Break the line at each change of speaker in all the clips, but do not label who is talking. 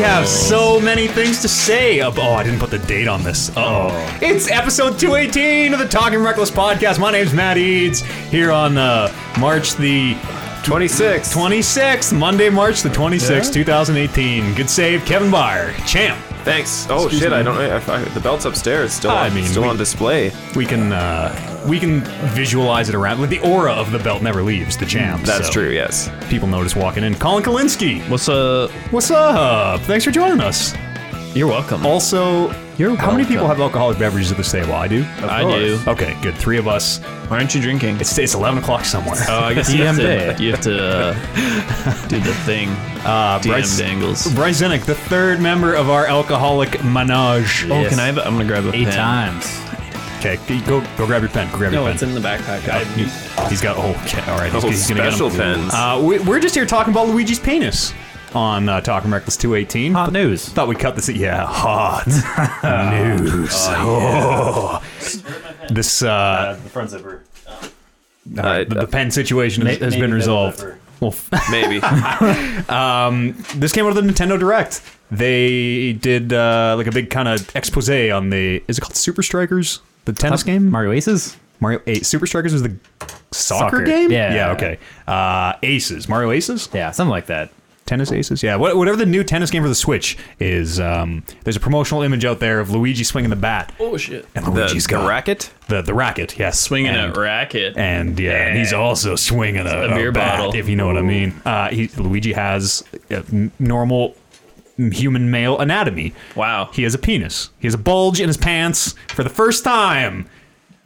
have so many things to say. ab- Oh, I didn't put the date on this. Oh, it's episode 218 of the Talking Reckless podcast. My name's Matt Eads here on uh, March the
26.
26th, Monday, March the 26th, 2018. Good save, Kevin Byer, champ.
Thanks. Oh shit! I don't. I, I, the belt's upstairs. Still.
I
on,
mean,
still
we-
on display.
We can uh, we can visualize it around. The aura of the belt never leaves the champ.
That's
so
true. Yes.
People notice walking in. Colin Kalinske,
What's up?
what's up? Thanks for joining us.
You're welcome.
Oh.
Also,
You're
how many
welcome.
people have alcoholic beverages at this table? I do.
I do.
Okay, good. Three of us.
Why aren't you drinking?
It's, it's 11 o'clock somewhere.
oh,
Uh,
I guess you have to, you have to uh, do the thing. Uh, DM
Bryce-
Oh,
dangles.
Bryce Zinnick, the third member of our alcoholic menage.
Oh, can I have it? I'm gonna grab a
Eight
pen.
times.
Okay, go go grab your pen. Go grab
No,
your
it's
pen.
in the backpack. I,
He's got. Oh, okay, all right. He's,
Oh,
he's gonna get 'em.
special pens.
Uh, we, we're just here talking about Luigi's penis on uh, Talking Reckless 218.
Hot news.
Thought we'd cut this. Yeah, hot news. Oh. This uh,
the front zipper.
I-
the, the pen situation has, has
maybe
been
better
resolved.
for-
Well,
Maybe.
this came out of the Nintendo Direct. They did uh, like a big kind of expose on the. Is it called Super Strikers? The tennis game?
Mario Aces?
Mario Eight. Super Strikers was the soccer,
Soccer.
game.
Yeah.
Yeah. Okay. Uh, Aces. Mario Aces.
Yeah, something like that.
Tennis Aces. Yeah. What, whatever the new tennis game for the Switch is. Um, there's a promotional image out there of Luigi swinging the bat.
oh shit!
And
the,
Luigi's
the
got
racket.
the the racket. Yes.
Swinging
and,
a racket.
And yeah, and he's also swinging a,
A beer
a bat,
bottle.
if you know what I mean. Uh, he, Luigi has uh, n- normal human male anatomy.
wow.
He has a penis. He has a bulge in his pants for the first time.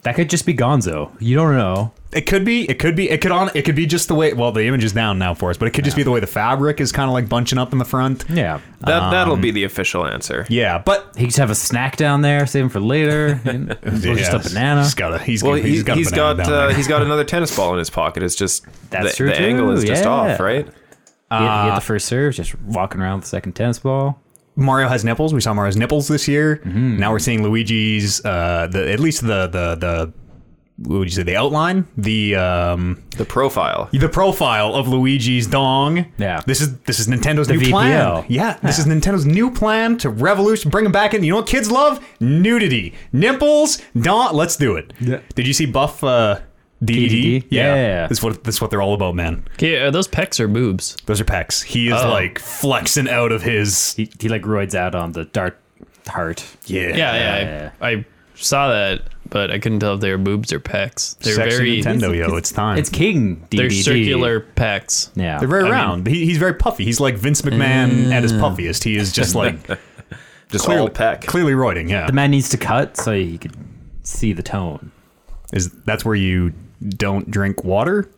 That could just be Gonzo. You don't know.
It could be. It could be. It could on. It could be just the way. Well, the image is down now for us, but it could just be the way the fabric is kind of like bunching up in the front.
Yeah.
That that'll be the official answer.
um, Yeah, but
He could have a snack down there, save him for later. Or just
Yeah,
a banana.
He's got a. He's,
Well,
he's
he,
got.
he's
a banana
got
down
uh,
there.
he's got another tennis ball in his pocket. It's just
That's
the,
true,
the angle is
too,
just
yeah.
off, right?
He had,
Ah.
he had the first serve, just walking around with the second tennis ball.
Mario has nipples. We saw Mario's nipples this year. Now we're seeing Luigi's. Uh, the at least the the the. What would you say? The outline, the um,
The profile.
the profile of Luigi's dong.
Yeah.
this is this is Nintendo's new
VPL.
plan. Yeah, this is Nintendo's new plan to revolution, bring them back in. You know what kids love? Nudity, nipples, dong. Let's do it.
Yeah.
Did you see Buff? Uh, DDD?
DDD? Yeah.
That's what that's what they're all about, man.
Okay, are those pecs or boobs?
Those are pecs. He is
Oh.
like flexing out of his.
He, he like roids out on the dart heart.
Yeah.
Yeah,
Yeah.
yeah. I, I saw that, but I couldn't tell if they were boobs or pecs. They're
Sexy
very
Nintendo, yo. It's time.
It's King DDD.
they're circular pecs.
Yeah.
They're very round. he, he's very puffy. He's like Vince McMahon at his puffiest. He is just like
Just
clearly,
all peck.
clearly roiding. Yeah,
the man needs to cut so he could see the tone.
is that's where you don't drink water.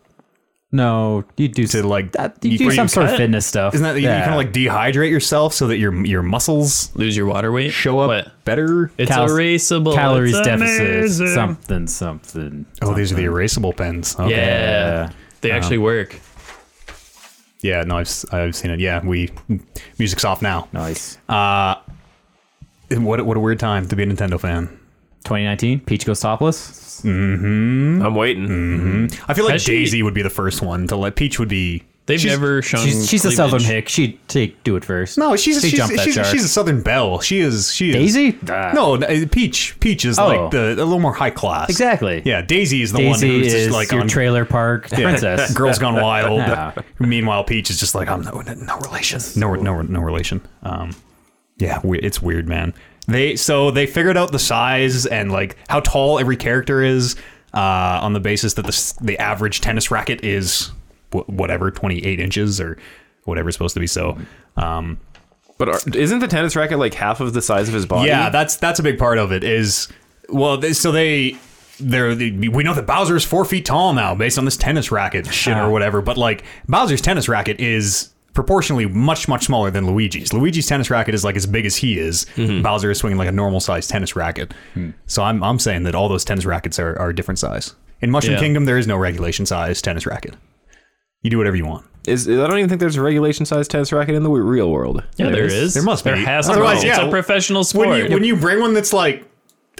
No, you do
To, like,
that, you,
you-
do
where you
some sort of
cut?
fitness stuff.
Isn't that you,
yeah.
you kind of like dehydrate yourself so that your your muscles
Lose your water weight.
show up
What?
better?
It's
Cal-
erasable.
calories
It's
deficit
amazing.
something something?
oh, these are the erasable pens. Okay.
Yeah, they actually work.
yeah. No, I've s- I've seen it. Yeah, we music's off now.
Nice. Uh,
And What what a weird time to be a Nintendo fan.
2019, Peach goes topless.
Mm.
I'm waiting.
I feel like
Has she-
Daisy would be the first one to let Peach would be.
They've
She's-
never shown.
She's, she's a
cleavage.
Southern hick. She'd she'd do it first.
Mm, No, she's
she
she's,
jumped
she's,
that
she's,
shark.
a Southern Belle. She is she is
Daisy. Ah.
No, n- uh, Peach. Peach is
Oh.
like the a little more high class.
exactly.
Yeah, Daisy is the one
Daisy
who's
is
just like
your
on
trailer park princess.
Girls Gone Wild.
Yeah.
Meanwhile, Peach is just like I'm no no relation. No no no relation. Um, yeah, we, it's weird, man. They so they figured out the size and like how tall every character is uh, on the basis that the s- the average tennis racket is wh- whatever 28 inches or whatever it's supposed to be. So. Um,
But are, isn't the tennis racket like half of the size of his body?
Yeah, that's that's a big part of it. Is well, they, so they they're they, we know that Bowser's four feet tall now based on this tennis racket shit or whatever. But like Bowser's tennis racket is proportionally much much smaller than Luigi's. Luigi's tennis racket is like as big as he is. Bowser is swinging like a normal sized tennis racket. So I'm I'm saying that all those tennis rackets are are different size. In Mushroom
Yeah.
Kingdom, there is no regulation size tennis racket. You do whatever you want.
Is I don't even think there's a regulation size tennis racket in the w- real world.
Yeah, there is.
There must
There
be.
has
Otherwise,
to be.
yeah,
It's a professional sport.
When you, when you bring one that's like,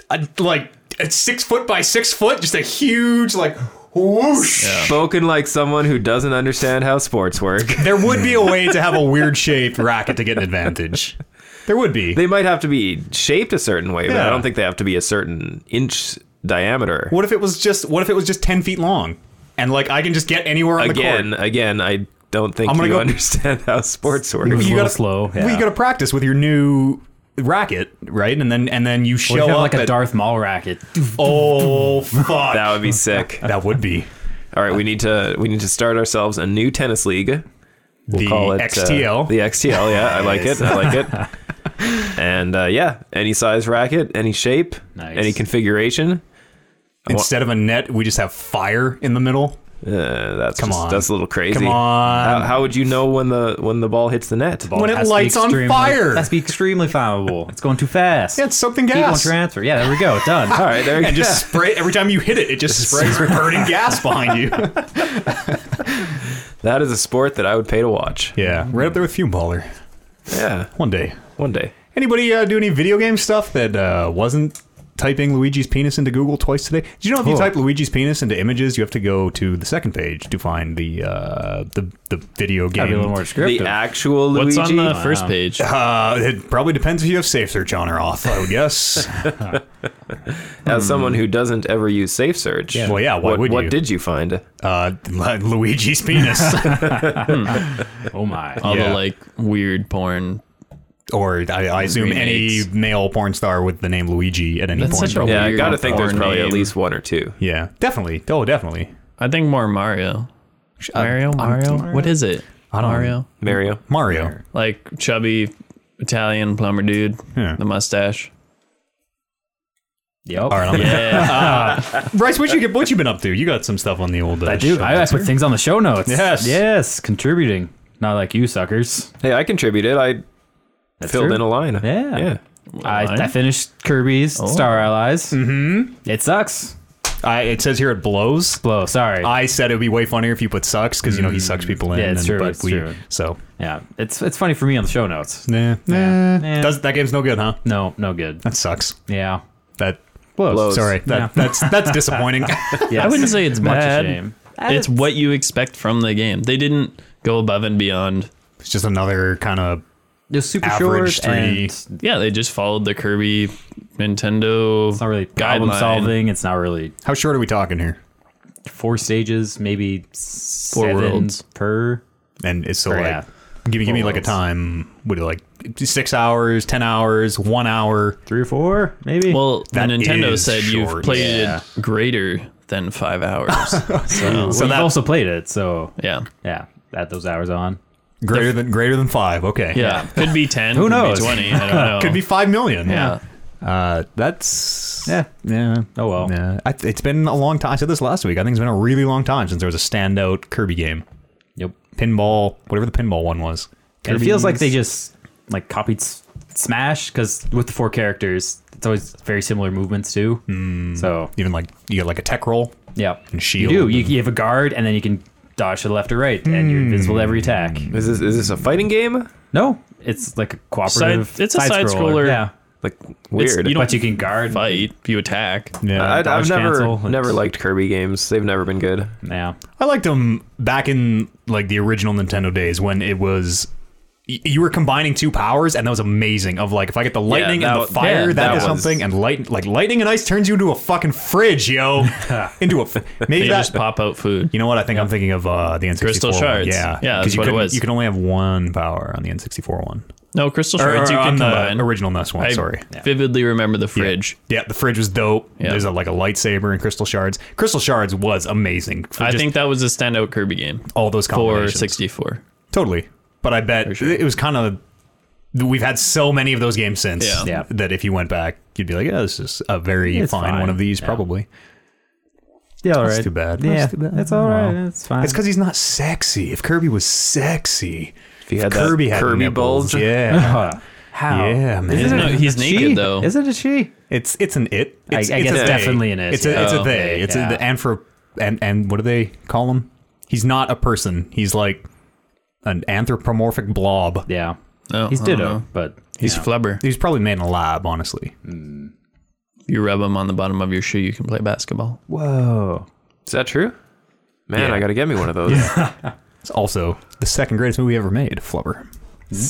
a, like it's six foot by six foot, just a huge like.
Whoosh. Spoken like someone who doesn't understand how sports work.
There would be a way to have a weird shaped racket to get an advantage. There would be.
They might have to be shaped a certain way, but
Yeah.
I don't think they have to be a certain inch diameter.
What if it was just what if it was just ten feet long? And like I can just get anywhere on
Again,
the
again, I don't think
I'm gonna
you
go-
understand how sports work.
court.
was a
You
little
gotta
slow,
Well, you
yeah.
gotta practice with your new racket, right? And then and then you show
What if you
up
have like a
at-
Darth Maul racket?
Oh fuck.
That would be sick.
that would be
All right, we need to we need to start ourselves a new tennis league. We'll
the
call it uh,
XTL.
the XTL, yeah, I like it. I like it. And uh, yeah, any size racket, any shape,
Nice.
any configuration.
Instead of a net, we just have fire in the middle.
Uh, that's
Come
just-
on.
that's a little crazy.
Come on.
How, how would you know when the when the ball hits the net?
When it
Has to be
lights on
extremely-
fire.
That's be extremely flammable. It's going too fast.
Yeah, it's something
Heat won't
gas.
transfer. Yeah, there we go. Done.
All right, there you
And
go.
just spray every time you hit it, it just sprays burning gas behind you.
that is a sport that I would pay to watch.
Yeah, right up there with Fume Baller.
Yeah,
One day.
one day.
Anybody uh, do any video game stuff that uh, wasn't typing Luigi's penis into Google twice today? Did you know if you
Oh.
type Luigi's penis into images, you have to go to the second page to find the uh, the the video
Gotta be a little
game?
more descriptive.
The actual
What's
Luigi.
on the first page?
Uh, it probably depends if you have safe search on or off. I would guess.
As someone who doesn't ever use Safe Search,
Well, yeah, why
what,
would
what
you?
did you find?
uh, Luigi's penis,
oh my.
All
yeah.
the like weird porn.
or I, I assume
Remakes.
any male porn star with the name Luigi at any
That's
point.
such a-
Yeah, I
Weird
gotta think there's
porn
probably at
name.
least one or two.
yeah, definitely. Oh, definitely.
I think more Mario. Mario, Mario. What is it?
I don't-
Mario.
Mario.
Mario.
Like chubby Italian plumber dude.
Yeah.
The mustache.
Yep.
All right, I'm gonna-
Yeah.
Bryce, what you get? What you been up to? You got some stuff on the old. Uh,
I do.
show.
I, I put things on the show notes.
Yes.
Yes. Contributing. Not like you suckers.
Mm-hmm. Hey, I contributed. I filled
true.
in a line.
Yeah.
Yeah.
I, I finished Kirby's Star Allies. Mm-hmm. It sucks.
I, it says here it blows.
Blow. Sorry.
I said it would be way funnier if you put sucks because you know he sucks people in.
Mm. Yeah, it's
and-
true,
But
it's
we,
true.
So
yeah. It's it's funny for me on the show notes.
nah, nah.
Nah.
Does, that game's no good, huh?
No. No good.
That sucks.
Yeah.
That
Blows.
Blows.
sorry. That,
Yeah.
That's that's disappointing.
Yes.
I wouldn't say it's
Much a
bad.
shame.
It's what you expect from the game. They didn't go above and beyond.
it's just another kind of
It was super
Average
short
three.
and it's
Yeah, they just followed the Kirby Nintendo.
not really problem
guideline.
solving. It's not really
how short are we talking here?
four stages, maybe four
worlds.
per.
And it's so
Or,
like
yeah.
give me give me like a time. Would it like six hours, ten hours, one hour?
Three or four, maybe.
Well, the
That
Nintendo
is
said
short.
you've played
Yeah.
it greater than five hours.
so
so,
that-
have also played it, so
yeah.
yeah, add those hours on.
Greater than greater than five. Okay.
Yeah. Could be 10.
Who
could
knows?
Be 20. I don't know.
Could be five million.
Yeah.
Uh, that's
Yeah.
yeah.
Oh well.
Yeah, I, it's been a long time. I said this last week. I think it's been a really long time since there was a standout Kirby game.
Yep.
Pinball, whatever the pinball one was.
And it feels like they just like copied S- Smash because with the four characters, it's always very similar movements too.
Hmm.
Mm. So
even like you got like a tech roll.
yeah,
And
You
shield
do. You, you have a guard, and then you can dodge to the left or right, and
Hmm.
you're invincible to every attack.
Is this is this a fighting game?
No, it's like a cooperative.
it's a side
side-scroller.
scroller.
Yeah.
Like weird.
you don't
But you can guard.
Fight. You attack.
Yeah,
I, I've
dodge
never
cancel.
never liked Kirby games. They've never been good.
Yeah.
I liked them back in like the original Nintendo days when it was. y- You were combining two powers, and that was amazing. Of like, if I get the lightning
that
and
wa-
the fire,
yeah,
that,
that
is
was-
something. And light, like lightning and ice, turns you into a fucking fridge, yo. into a f- maybe
They
that
just pop out food.
You know what? I think I'm thinking of uh, the N64
Crystal
one.
shards.
Yeah,
Yeah,
'Cause
that's
you
what it
couldn't-
was.
You can only have one power on the N64 one.
No, crystal
Or,
shards.
or
you
on
can combine.
the original NES one.
I
sorry.
vividly remember the fridge.
Yeah, the fridge was dope.
Yeah.
There's a, like a lightsaber and crystal shards. Crystal shards was amazing. For
I
just
think that was a standout Kirby game
all those
for
combinations.
64.
Totally. But I bet it was kind of. We've had so many of those games since
Yeah.
Yeah.
that if you went back, you'd be like, "Yeah, this is a very
It's
fine,
fine.
one of these, probably."
Yeah, all right.
too bad.
Yeah,
That's too bad.
it's all right. It's fine.
It's because he's not sexy. If Kirby was sexy,
If you had that
Kirby had
Kirby
nipples,
bulge.
yeah,
Huh. how?
Yeah, man.
Isn't
No,
it-
he's
it's
naked,
she?
though.
Isn't it she?
It's it's an it.
I-
It's,
I
it's a
guess it's
they.
definitely an it,
It's a, it's
yeah.
a they. It's
Yeah.
a, the anthro and and what do they call him? He's not a person. He's like an anthropomorphic blob.
Yeah.
Oh,
He's
I don't
ditto,
know.
but
He's flubber.
He's probably made in a lab, honestly.
You rub him on the bottom of your shoe, you can play basketball.
whoa.
Is that true? Man,
Yeah.
I got to get me one of those.
It's also the second greatest movie ever made, Flubber.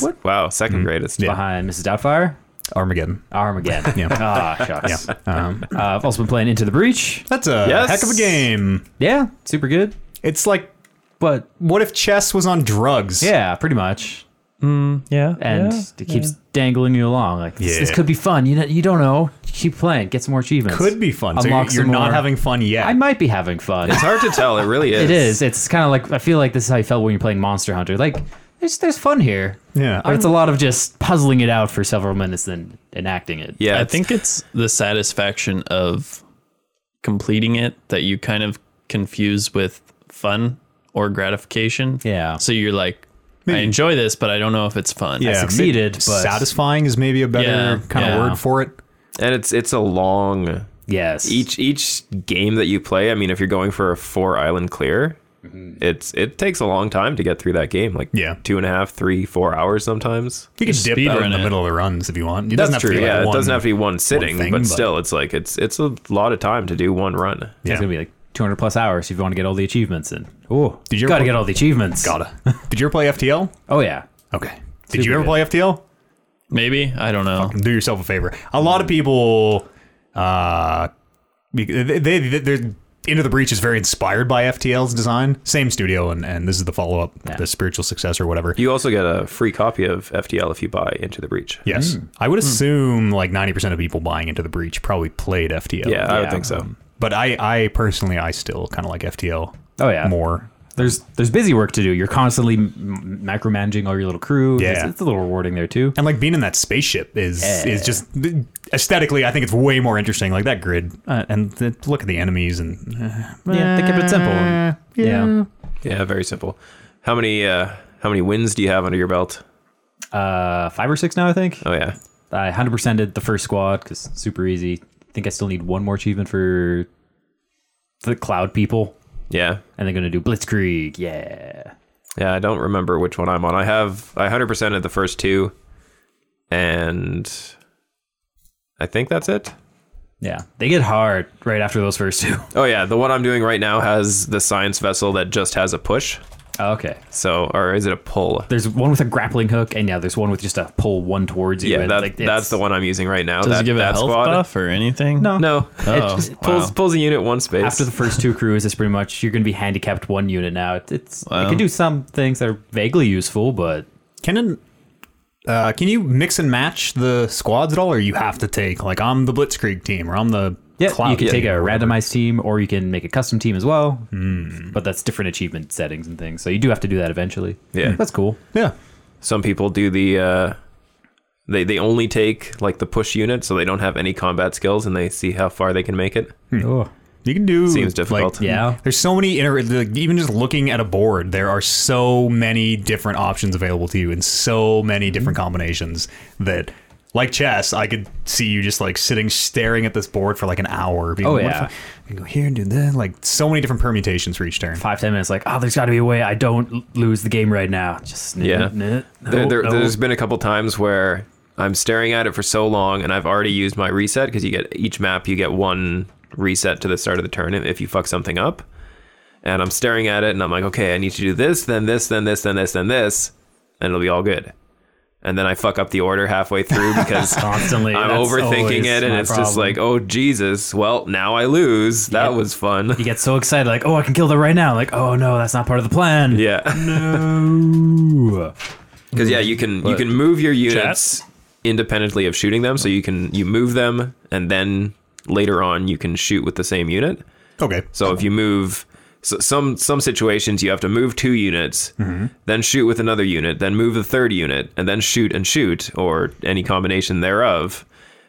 What? Wow, second greatest.
Yeah.
behind Mrs. Doubtfire,
Armageddon.
Armageddon.
Yeah.
Ah, shucks. Um, uh, I've also been playing Into the Breach.
That's a
Yes.
heck of a game.
Yeah, super good.
It's like,
But
what if chess was on drugs?
yeah, pretty much.
Yeah.
And
yeah,
it keeps dangling you along. Like this, this
Yeah.
could be fun. You know, you don't know. Keep playing. Get some more achievements.
Could be fun. So you're,
Unlock
you're
some
not
more-
having fun yet.
I might be having fun.
It's hard to tell. It really is.
It is. It's kind of like I feel like this is how you felt when you're playing Monster Hunter. Like there's there's fun here.
Yeah,
But it's a lot of just puzzling it out for several minutes and enacting it.
Yeah,
I
it's-
think it's the satisfaction of completing it that you kind of confuse with fun or gratification.
Yeah.
So you're like, I enjoy this, but I don't know if it's fun.
yeah,
succeeded,
maybe
but-
satisfying is maybe a better
Yeah,
kind
yeah.
of word for it.
and it's it's a long
Yes.
each each game that you play. I mean, if you're going for a four island clear, it's it takes a long time to get through that game. Like
Yeah.
two and a half, three, four hours sometimes.
You can
Just
dip
speed
out
run
in the
it.
middle of the runs if you want. It
That's
doesn't have
true.
To be like
yeah,
one,
it doesn't have to be one sitting,
thing,
but,
but-
still, it's like it's it's a lot of time to do one run.
Yeah.
It's gonna be like 200 plus hours if you want to get all the achievements in.
Oh, did you
Got to
ever,
get all the achievements.
Gotta. Did you ever play FTL?
Oh yeah.
Okay. Did you
Super
ever
good.
play FTL?
Maybe. I don't know.
do yourself a favor. A lot
Mm.
of people, uh, be- they, they they're into the breach is very inspired by FTL's design. Same studio, and and this is the follow up,
Yeah.
the spiritual successor, whatever.
You also get a free copy of FTL if you buy Into the Breach.
yes,
Mm.
I would assume like ninety percent of people buying into the breach probably played FTL.
Yeah, I
Yeah.
would think so.
but I I personally I still kind of like FTL.
Oh, yeah.
more.
There's there's busy work to do. You're constantly m- micromanaging all your little crew.
Yeah.
It's, it's a little rewarding there too.
And like being in that spaceship is
Yeah.
is just aesthetically, I think it's way more interesting. Like that grid uh, and the, look at the enemies and
Yeah, they kept it simple. Yeah.
Yeah, very simple. How many uh, how many wins do you have under your belt?
Uh, five or six now, I think.
Oh yeah,
I 100%ed the first squad because super easy. I think I still need one more achievement for the cloud people,
yeah,
and they're gonna do Blitzkrieg. Yeah.
yeah. I don't remember which one I'm on. I have I hundred percent of the first two, and I think that's it.
Yeah, they get hard right after those first two.
Oh yeah, the one I'm doing right now has the science vessel that just has a push.
Oh, okay.
So or is it a pull?
There's one with a grappling hook, and yeah, there's one with just a pull one towards you.
Yeah,
and,
that,
like, it's-
that's the one I'm using right now.
Does
that,
it give it a
that
health
squad.
buff or anything?
No.
No,
Oh,
it just pulls
wow.
pulls a unit one space.
After the first two crews, it's pretty much you're going to be handicapped one unit now. It's, it's it can do some things that are vaguely useful, but
Can an, uh, can you mix and match the squads at all, or you have to take like I'm the Blitzkrieg team or I'm the
yeah,
Cloud
you can
team?
take a randomized team or you can make a custom team as well.
Hmm.
But that's different achievement settings and things, so you do have to do that eventually. Hmm.
Yeah.
that's cool.
yeah.
some people do the uh, they they only take like the push unit, so they don't have any combat skills, and they see how far they can make it.
Oh.
You can do
Seems difficult.
like,
Yeah.
There's so many inter- like, even just looking at a board, there are so many different options available to you and so
Mm-hmm.
many different combinations that like chess, I could see you just like sitting staring at this board for like an hour. Being,
Oh,
like, what
yeah.
if I, I go here and do that. Like so many different permutations for each turn.
Five ten minutes, like oh, there's got to be a way I don't l- lose the game right now. Just n-
Yeah.
n- n- no,
there, there,
no.
There's been a couple times where I'm staring at it for so long, and I've already used my reset because you get each map you get one reset to the start of the turn if- if you fuck something up. And I'm staring at it, and I'm like, okay, I need to do this, then this, then this, then this, then this, and it'll be all good. And then I fuck up the order halfway through because
constantly.
I'm
That's
overthinking
always
it, and
my
it's just
problem.
like, oh Jesus! Well, now I lose. That
Yeah.
was fun.
you get so excited, like oh, I can kill them right now. Like oh no, that's not part of the plan.
Yeah,
No.
because yeah, you can you can move your units independently of shooting them, so you can you move them, and then later on you can shoot with the same unit.
Okay.
So if you move. So some some situations you have to move two units, then shoot with another unit, then move the third unit, and then shoot and shoot, or any combination thereof.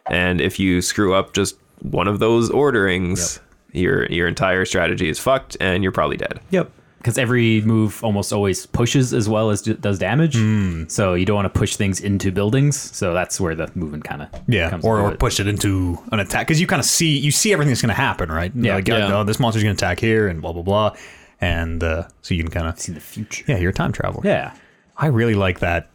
And if you screw up just one of those orderings, your your entire strategy is fucked, and you're probably dead.
Yep. Because every move almost always pushes as well as d- does damage.
Hmm.
So you don't want to push things into buildings. So that's where the movement kind of
Yeah,
comes
or,
into
or
it.
push it into an attack because you kind of see you see everything that's going to happen, right?
Yeah.
like,
Yeah.
Oh, this monster's going to attack here, and blah blah blah, and uh, so you can kind of
see the future.
yeah, you're a time traveler.
Yeah.
I really like that,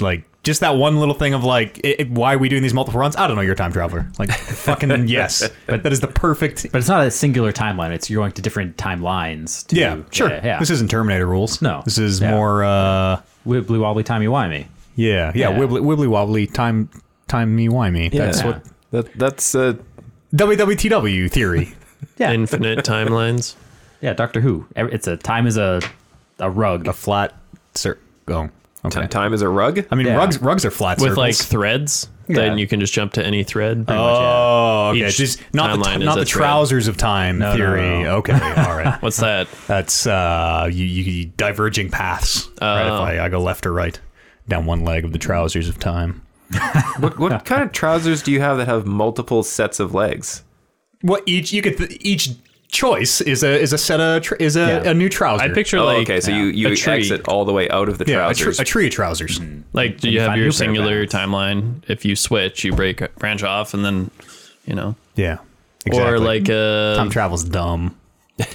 like just that one little thing of like, it, it- why are we doing these multiple runs? I don't know. You're a time traveler. Like, fucking yes. But that is the perfect.
But it's not a singular timeline. It's you're going to different timelines. To,
Yeah, sure.
Yeah, yeah.
This isn't Terminator rules.
No.
This is
Yeah.
more. uh
wibbly wobbly timey wimey.
Yeah, yeah.
Yeah.
Wibbly, wibbly wobbly. Time, time me wimey. That's
Yeah.
what
That that's uh,
WWTW theory.
Yeah,
Infinite timelines.
yeah. Doctor Who. Ev- It's a time is a a rug.
a flat circle. Oh,
ti-
okay.
time is a rug.
I mean,
Yeah.
rugs rugs are flat
With
circles.
like threads.
Yeah.
Then you can just jump to any thread.
oh, okay.
Each
Just not the,
timeline
t-
is
not
a
the
thread.
trousers of time
no,
theory.
no.
Okay, all right.
What's that?
That's uh, you, you diverging paths. right?
Oh.
If I, I go left or right, down one leg of the trousers of time.
What what kind of trousers do you have that have multiple sets of legs?
What each you could th- each choice is a is a set of tr- is a,
Yeah.
a new trouser.
I picture
Oh,
like
okay, so you you
a tree.
exit all the way out of the
uh, yeah, a, tr-
trousers.
a tree of trousers.
Mm-hmm.
Like, do
And
you have
find a new
your
pair of
singular
pants.
timeline? If you switch, you break branch off, and then you know,
Yeah, exactly.
or like uh,
time travel's dumb.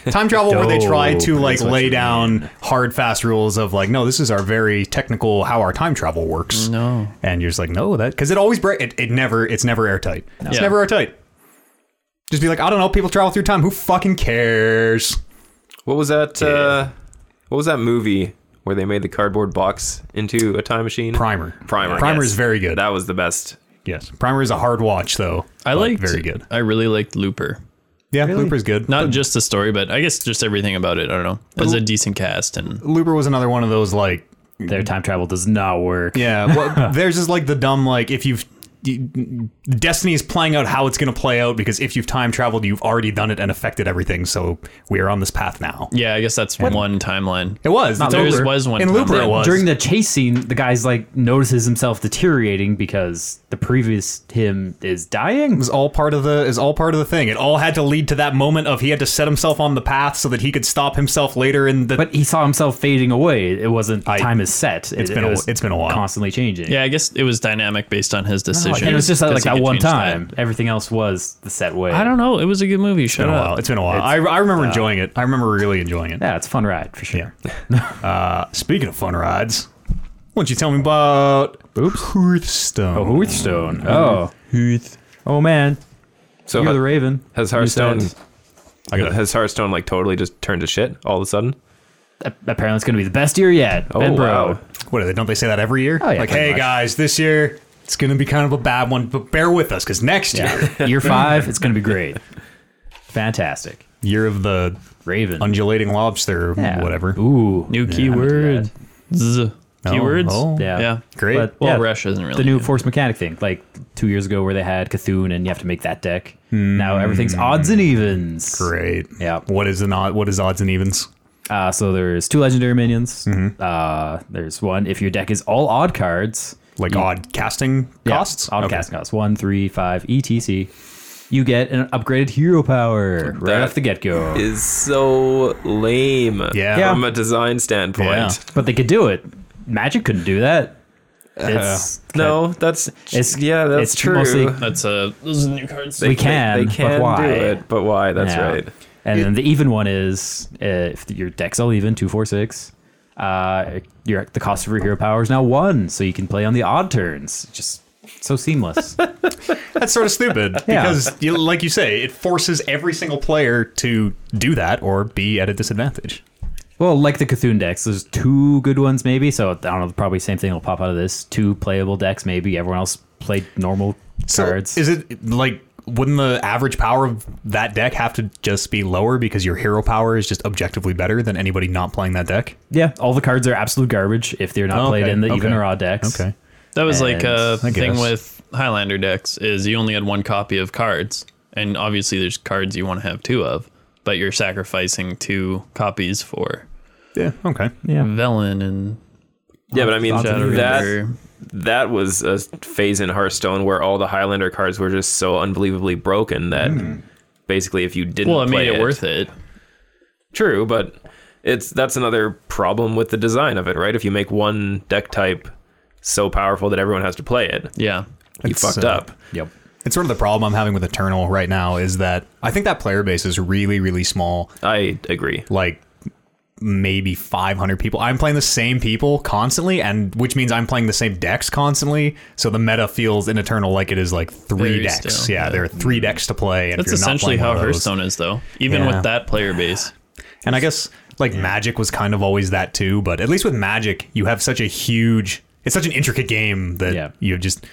Time travel where they try to
Dope,
like
that's what
lay
you
down hard fast rules of like no this is our very technical how our time travel works.
No.
And you're just like no that cuz it always break it, it never it's never airtight. It's
Yeah.
never airtight. Just be like I don't know people travel through time who fucking cares.
what was that? Uh, what was that movie where they made the cardboard box into a time machine?
Primer.
Primer.
Primer
yes.
is very good.
That was the best.
yes. Primer is a hard watch though.
I
but
liked
very good.
I really liked Looper.
Yeah, Looper's good.
Not just the story, but I guess just everything about it. I don't know. It was a decent cast, and
Looper was another one of those like
Their time travel does not work.
Yeah, well, there's just like the dumb like if you've you- Destiny is playing out how it's going to play out because if you've time traveled, you've already done it and affected everything. So we are on this path now.
yeah, I guess that's one timeline.
It was
Not
it's
Looper.
over.
was one
in Looper.
time.
It was
During the chase scene, the guy's like notices himself deteriorating because the previous him is dying.
is all part of the is all part of the thing. It all had to lead to that moment of he had to set himself on the path so that he could stop himself later in the.
But he saw himself fading away. It wasn't time is set. It's
been a- it's been a while.
Constantly changing.
Yeah, I guess it was dynamic based on
Oh,
his decision.
And it was just uh, like that one time.
That.
Everything else was the set way.
I don't know. It was a good movie. Shut
been a
up.
while. It's been a while. I, I remember enjoying it. I remember really enjoying it.
uh, Yeah, it's a fun ride for sure.
Uh, speaking of fun rides, why don't you tell me about Oops. Hearthstone?
Oh, Hearthstone. Oh, Hearth. Oh man,
So
you're the Raven.
has
You
Hearthstone
said-
I got
has Hearthstone like totally just turned to shit all of a sudden?
Apparently, it's gonna be the best year yet.
Oh,
ben Bro.
wow.
What do they? Don't they say that every year?
Oh, yeah,
like,
pretty
hey
much.
guys, this year it's gonna be kind of a bad one, but bear with us because next year,
Yeah. year five, it's gonna be great. Fantastic.
year of the
Raven.
undulating lobster, or
Yeah.
whatever.
Ooh.
New
I'm
keyword.
into
Z. Keywords.
oh.
Yeah.
Yeah.
Great.
But,
Well,
yeah,
Rush isn't really
the new
new.
force mechanic thing. Like two years ago, where they had Cthulhu and you have to make that deck. Now everything's odds and evens.
Great.
Yeah.
What is an odd? What is odds and evens?
Uh, so there's two legendary minions. Uh, there's one if your deck is all odd cards.
Like odd casting
Yeah,
costs.
odd
Okay.
casting costs. One, three, five, etc. You get an upgraded hero power right
That
off the get go.
Is so lame.
Yeah.
Yeah.
From a design standpoint.
Yeah.
But they could do it. Magic couldn't do that. It's,
No, that's
It's-
yeah, that's
it's
true.
mostly-
That's a. Those are the new cards.
we
They-
can.
They, can
but why?
do it, but why? That's
Yeah.
right.
And then the even one is uh, if your deck's all even, two, four, six. Uh, your the cost of your hero power is now one, so you can play on the odd turns. Just so seamless.
That's sort of stupid
Yeah.
because, you, like you say, it forces every single player to do that or be at a disadvantage.
Well, like the Cthulhu decks, there's two good ones maybe. So I don't know, probably same thing will pop out of this. Two playable decks maybe. Everyone else played normal
So
cards.
is it like? Wouldn't the average power of that deck have to just be lower because your hero power is just objectively better than anybody not playing that deck?
yeah, all the cards are absolute garbage if they're not
Oh,
played
okay,
in the even
okay,
or odd decks.
Okay.
That was like a
I
thing
guess.
with Highlander decks is you only had one copy of cards, and obviously there's cards you want to have two of, but you're sacrificing two copies for
Yeah. Okay.
Yeah.
Velen and
Yeah, but I mean that
Shadowringer.
that was a phase in Hearthstone where all the Highlander cards were just so unbelievably broken that basically if you didn't
Well, it
play
made it worth it.
True, but it's that's another problem with the design of it, right? If you make one deck type so powerful that everyone has to play it,
Yeah.
you
It's,
fucked
uh,
up.
Yep.
It's sort of the problem I'm having with Eternal right now is that I think that player base is really, really small.
I agree.
Like, maybe 500 people. I'm playing the same people constantly, and which means I'm playing the same decks constantly. So the meta feels in Eternal like it is like three
Very
decks.
still,
yeah,
yeah.
there are three decks to play, and
That's
if you're
essentially
not playing
how
one of those-
Hearthstone is, though. Even
Yeah.
with that player base,
And I guess like Magic was kind of always that too, but at least with Magic, you have such a huge, it's such an intricate game that
Yeah.
you just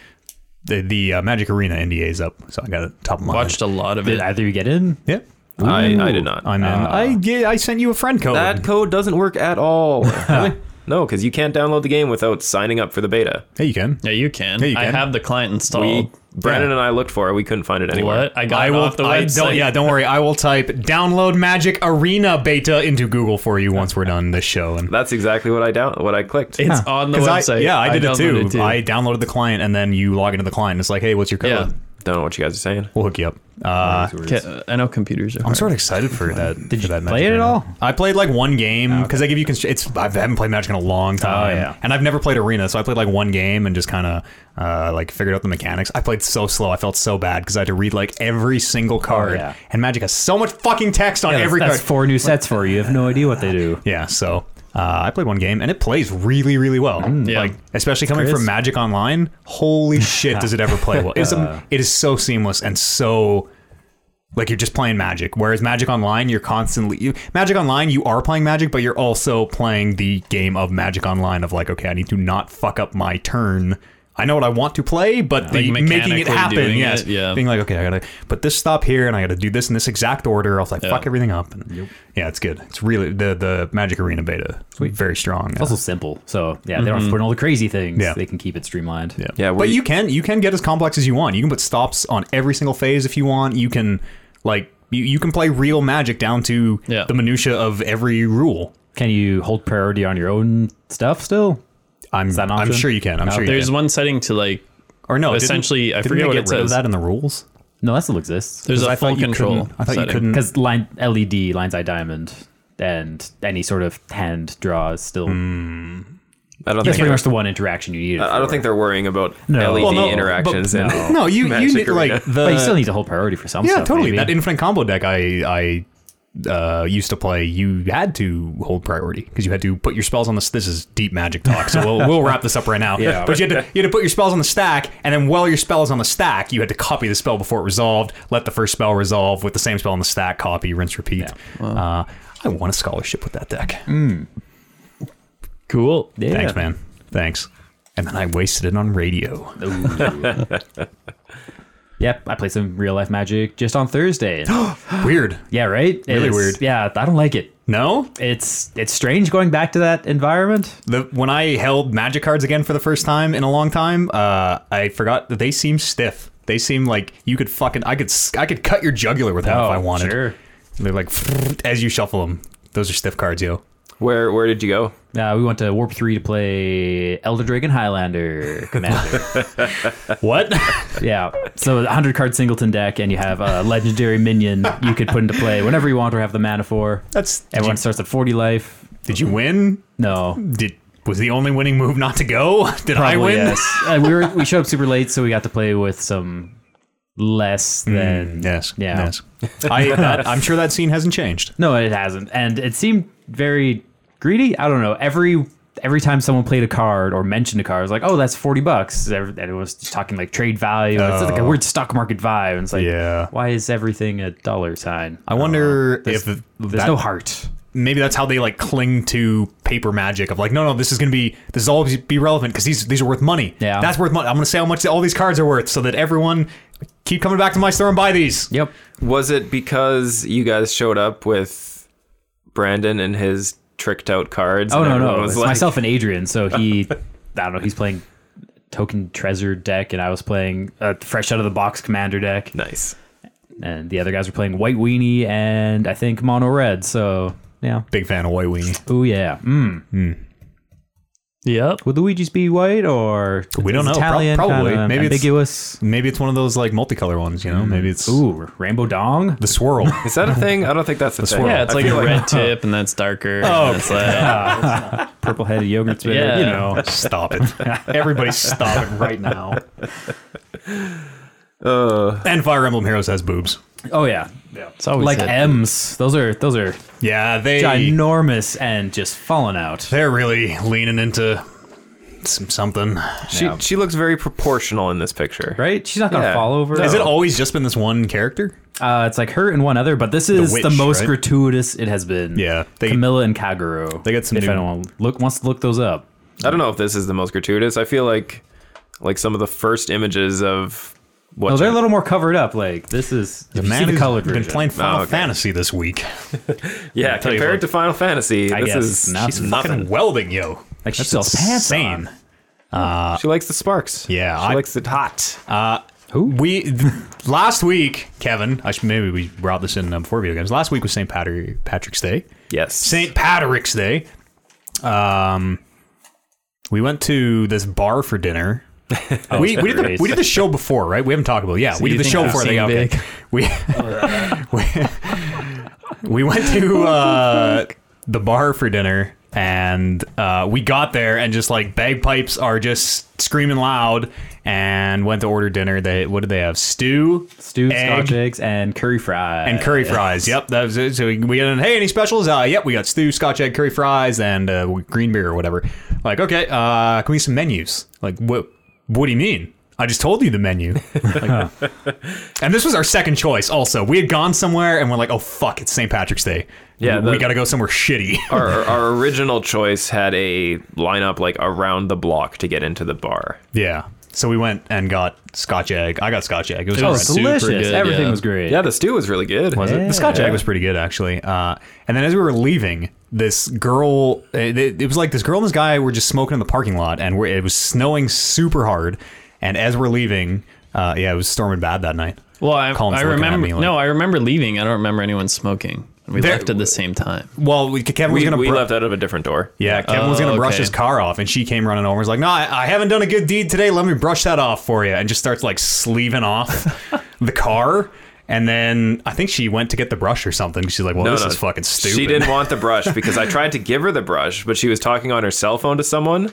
the the uh, Magic Arena NDA is up, so I got it top of my
watched a lot of
Did
it.
either of you get in?
Yeah,
I, I did not.
I'm in.
Uh,
I yeah, I sent you a friend code.
that code doesn't work at all. Really? no, because you can't download the game without signing up for the beta.
hey, you can.
Yeah, you can.
Yeah, you
I
can.
have the client
We,
installed.
Brandon and I looked for it. We couldn't find it anywhere.
Oh, What? I got
I
it
will.
off the
I
website.
don't. Yeah, don't worry. I will type download Magic Arena beta into Google for you once we're done this show. And
That's exactly what I down. What I clicked.
It's on the
'Cause I-
website.
yeah, I did it
downloaded
too. I downloaded the client, and then you log into the client. And it's like, hey, what's your code?
Yeah.
Don't know what you guys are saying.
We'll hook you up. Uh,
Ca- I know computers are.
I'm
hard.
sort of excited for that. Did
you play it at all?
I played like one game because they give you constr- it's I haven't played Magic in a long time.
yeah.
and I've never played Arena, so I played like one game and just kind of uh, like figured out the mechanics. I played so slow, I felt so bad because I had to read like every single card.
yeah.
And Magic has so much fucking text on every
that's
card.
four new sets for you. You have no idea what they do.
Yeah, so uh, I played one game and it plays really, really well.
Mm. yeah.
Like especially coming
crisp.
from Magic Online, holy shit, does it ever play well? It's, um, it is so seamless and so like you're just playing Magic. Whereas Magic Online, you're constantly you, Magic Online, you are playing Magic, but you're also playing the game of Magic Online of like, okay, I need to not fuck up my turn. I know what I want to play, but the
like
making it
mechanically
happen,
doing
yes,
it, yeah.
being like, okay, I gotta put this stop here, and I gotta do this in this exact order, or else I fuck everything up. And yeah, it's good. It's really the the Magic Arena beta, very strong.
It's also simple. So yeah, they don't have to put in all the crazy things.
Mm-hmm. Yeah.
They can keep it streamlined.
Yeah.
Yeah,
but
we-
you can you can get as complex as you want. You can put stops on every single phase if you want. You can like you, you can play real magic down to
Yeah.
the minutia of every rule.
Can you hold priority on your own stuff still?
I'm
that an
I'm
option?
sure you can. I'm
No.
sure you
There's
can.
one setting to like.
Or no, didn't-
essentially, I
didn't
forget
they
what
get
it
rid of
says.
that in the rules.
No, that still exists.
There's a
I thought
full
you
control.
couldn't- I thought you
setting.
couldn't-
because line LED, lines eye diamond, and any sort of hand draw is still
Mm.
I don't think.
that's pretty
they're-
much the one interaction you needed.
I don't think they're worrying about
No.
LED
Well,
no,
interactions.
but-
and
No, you you
Magic
need
Arena.
like the
but you still need to hold priority for some
yeah
stuff.
totally
maybe.
that infinite combo deck I I uh, used to play. You had to hold priority because you had to put your spells on the. s- This is deep magic talk, so we'll we'll wrap this up right now.
Yeah.
but you had to you had to put your spells on the stack, and then while your spell is on the stack, you had to copy the spell before it resolved. Let the first spell resolve with the same spell on the stack. Copy, rinse, repeat. Uh, I won a scholarship with that deck.
cool. Mm, Yeah.
Thanks, man. Thanks. And then I wasted it on radio.
Yep, I played some real life magic just on Thursday.
Weird.
yeah, right. Really
weird.
Yeah, I don't like it.
No,
It's it's strange going back to that environment.
the when I held magic cards again for the first time in a long time, uh, I forgot that they seem stiff. They seem like you could fucking I could s- I could cut your jugular with them if I wanted.
Oh, Sure.
They're like as you shuffle them. Those are stiff cards, yo.
Where Where did you go?
Uh, we went to Warp Three to play Elder Dragon Highlander Commander.
What?
yeah, so a hundred card singleton deck, and you have a legendary minion you could put into play whenever you want or have the mana for.
That's did
Everyone
You,
starts at forty life.
did you win?
No,
Did was the only winning move not to go? Did I
Probably,
win?
Yes. Uh, we were we showed up super late, so we got to play with some less
Hmm.
than
Yes.
Yeah.
Yes. I that, I'm sure that scene hasn't changed.
No, it hasn't, and it seemed very greedy. I don't know. Every every time someone played a card or mentioned a card, it was like, "Oh, that's forty bucks." Every- And it was just talking like trade value. and It's like a
Oh.
weird stock market vibe. And it's like,
Yeah.
why is everything a dollar sign? Oh,
I wonder if
there's, there's
that-
no heart.
maybe that's how they like cling to paper magic of like no no this is gonna be this is always be relevant because these these are worth money
Yeah.
that's worth money i'm gonna say how much all these cards are worth so that everyone keep coming back to my store and buy these
Yep.
Was it because you guys showed up with Brandon and his tricked out cards?
Oh
and
no,
everyone
no,
was
it's
like-
myself and Adrian. So he, I don't know, he's playing token treasure deck, and I was playing a fresh out of the box commander deck,
Nice.
and the other guys were playing white weenie and I think mono red. So yeah,
big fan of white weenie
oh yeah, mm.
Yep.
would Luigi's be white or
We don't
is
know. Prob-
Italian,
probably.
kinda
Maybe it's-
ambiguous.
maybe it's one of those like multicolor ones you know maybe it's
Mm. Ooh, rainbow dong.
the swirl
Is that a thing? I don't think that's a thing.
Yeah, it's
I
like a
feel
red tip, and that's darker. Oh, it's like,
Purple headed yogurt spitter.
Yeah.
You know.
stop it everybody stop it right now and fire emblem heroes has boobs
Oh yeah. Yeah.
It's always
like
that.
M's. Those are those are
Yeah, they
ginormous and just falling out.
they're really leaning into some something.
She
Yeah.
she looks very proportional in this picture.
Right? She's not gonna
Yeah.
fall over.
Has it always just been this one character?
Uh, it's like her and one other, but this is the,
witch,
most
right?
gratuitous it has been.
Yeah, they-
Camilla and Kaguro.
they got some
If
new-
anyone look wants to look those up,
I don't know if this is the most gratuitous. I feel like like some of the first images of what
no, Oh, they're a little more covered up. Like this is the
Man
the
who's
colored
been
version.
playing Final
Oh, okay.
Fantasy this week.
yeah
I'll tell you
compared
what.
to Final Fantasy.
I
this
guess
is
not-
she's
She's
Fucking
nothing.
welding, yo.
like she's still
That's
pants
insane.
on.
she likes the sparks.
Yeah,
she
I-
likes it hot.
We th- last week, Kevin. I should, maybe we brought this in um, before video games. Last week was St. Patrick, Patrick's Day.
yes,
St. Patrick's Day. Um, we went to this bar for dinner.
Oh,
we, we, did the,
great.
we did the show before, right? We haven't talked about. it. Yeah, we
you
did the
think
show
I'm
before. They,
seeing
okay.
big?
We, we we went to uh, the bar for dinner, and uh, we got there, and just like bagpipes are just screaming loud, and went to order dinner. They what did they have? Stew,
Stew,
egg,
scotch eggs, and curry fries.
and curry fries. Yep, that was it. So we we got hey any specials? Uh, yep, we got stew, scotch egg, curry fries, and uh, green beer or whatever. Like okay, uh, can we get some menus? Like what? What do you mean? I just told you the menu. Like- and this was our second choice. Also, we had gone somewhere and we're like, oh fuck, it's St. Patrick's Day.
Yeah,
we,
the-
got to go somewhere shitty.
our, our original choice had a lineup like around the block to get into the bar.
yeah. So we went and got scotch egg. I got scotch egg. It was,
It
all
oh,
right.
was super
delicious!
good,
Everything
yeah.
was great.
Yeah, the stew was really good. Was
it?
The Scotch egg was pretty good actually. Uh, and then as we were leaving, this girl, it, it it was like this girl and this guy were just smoking in the parking lot, and we're, it was snowing super hard. And as we're leaving, uh, yeah, it was storming bad that night.
Well, I,
Colin's
I
looking at
remember.
me like-
no, I remember leaving. I don't remember anyone smoking. We
There-
left at the same time.
Well, we, Kevin was
We,
gonna
we
bru-
left out of a different door.
Yeah, Kevin was
Oh,
gonna brush
okay.
his car off, and she came running over. and was like, "No, I, I haven't done a good deed today. Let me brush that off for you." And just starts like sleeving off the car. And then I think she went to get the brush or something. She's like, "Well, this is fucking stupid."
She didn't want the brush because I tried to give her the brush, but she was talking on her cell phone to someone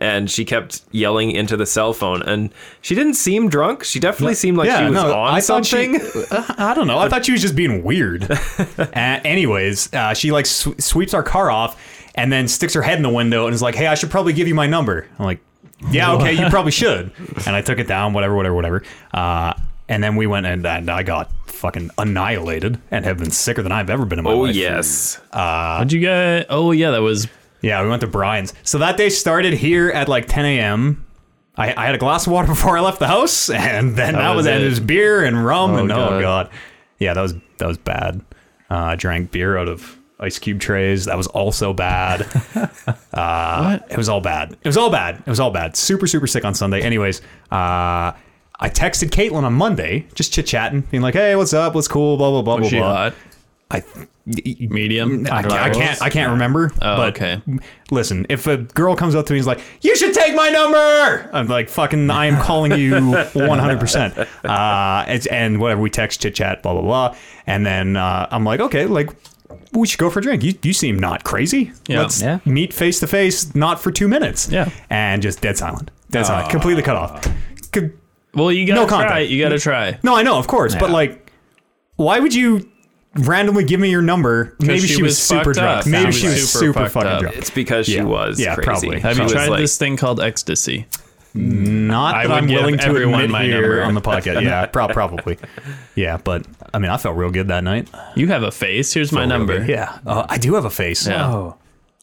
and she kept yelling into the cell phone and she didn't seem drunk. She definitely seemed like she was on
thought
something.
She, I don't know. I thought she was just being weird. uh, anyways, uh, she like sw- sweeps our car off and then sticks her head in the window and is like, "Hey, I should probably give you my number." I'm like, "Yeah, okay, you probably should." And I took it down, whatever, whatever, whatever. Uh, and then we went and, and I got fucking annihilated and have been sicker than I've ever been in my
oh
life.
yes.
Did you get? Oh yeah, that was.
Yeah, we went to Brian's. So that day started here at like 10 a.m. I, I had a glass of water before I left the house, and then that, was,
was
and
it.
it was beer and rum, and oh
God.
god, yeah, that was that was bad. Uh, I drank beer out of ice cube trays. That was also bad. uh, it was all bad. It was all bad. It was all bad. Super super sick on Sunday. Anyways, uh, I texted Caitlin on Monday, just chit chatting, being like, "Hey, what's up? What's cool? Blah blah blah
Was she uh,
blah blah."
hot?
I,
Medium. Oh,
I can't, I can't. I can't remember. but
okay.
Listen, if a girl comes up to me and is like, "You should take my number," I'm like, "Fucking, I am calling you 100." uh, percent Uh, And whatever we text, chit chat, blah blah blah, and then uh, I'm like, "Okay, like." We should go for a drink. You, you seem not crazy.
Yeah.
Let's
Yeah.
meet face to face, not for two minutes.
Yeah.
And just dead silent. Dead silent. Completely cut off. Co-
Well, you gotta
No
try.
contact.
You gotta try.
no, I know, of course, but
Yeah.
like, why would you randomly give me your number? Maybe
she
she was,
was
super
fucked
drunk.
up.
Maybe
She
she
was
was
super
super
fucked
fucking
up.
drunk.
it's because she
yeah.
was
Yeah,
crazy.
probably.
Have
She
you
was
tried
like-
this thing called ecstasy?
Not
I
that
would
I'm
give
willing to
everyone
admit
my
here
number.
on the podcast. Yeah, prob- probably. Yeah, but I mean, I felt real good that night.
You have a face. Here's my number.
Yeah, uh, I do have a face.
Yeah.
Oh,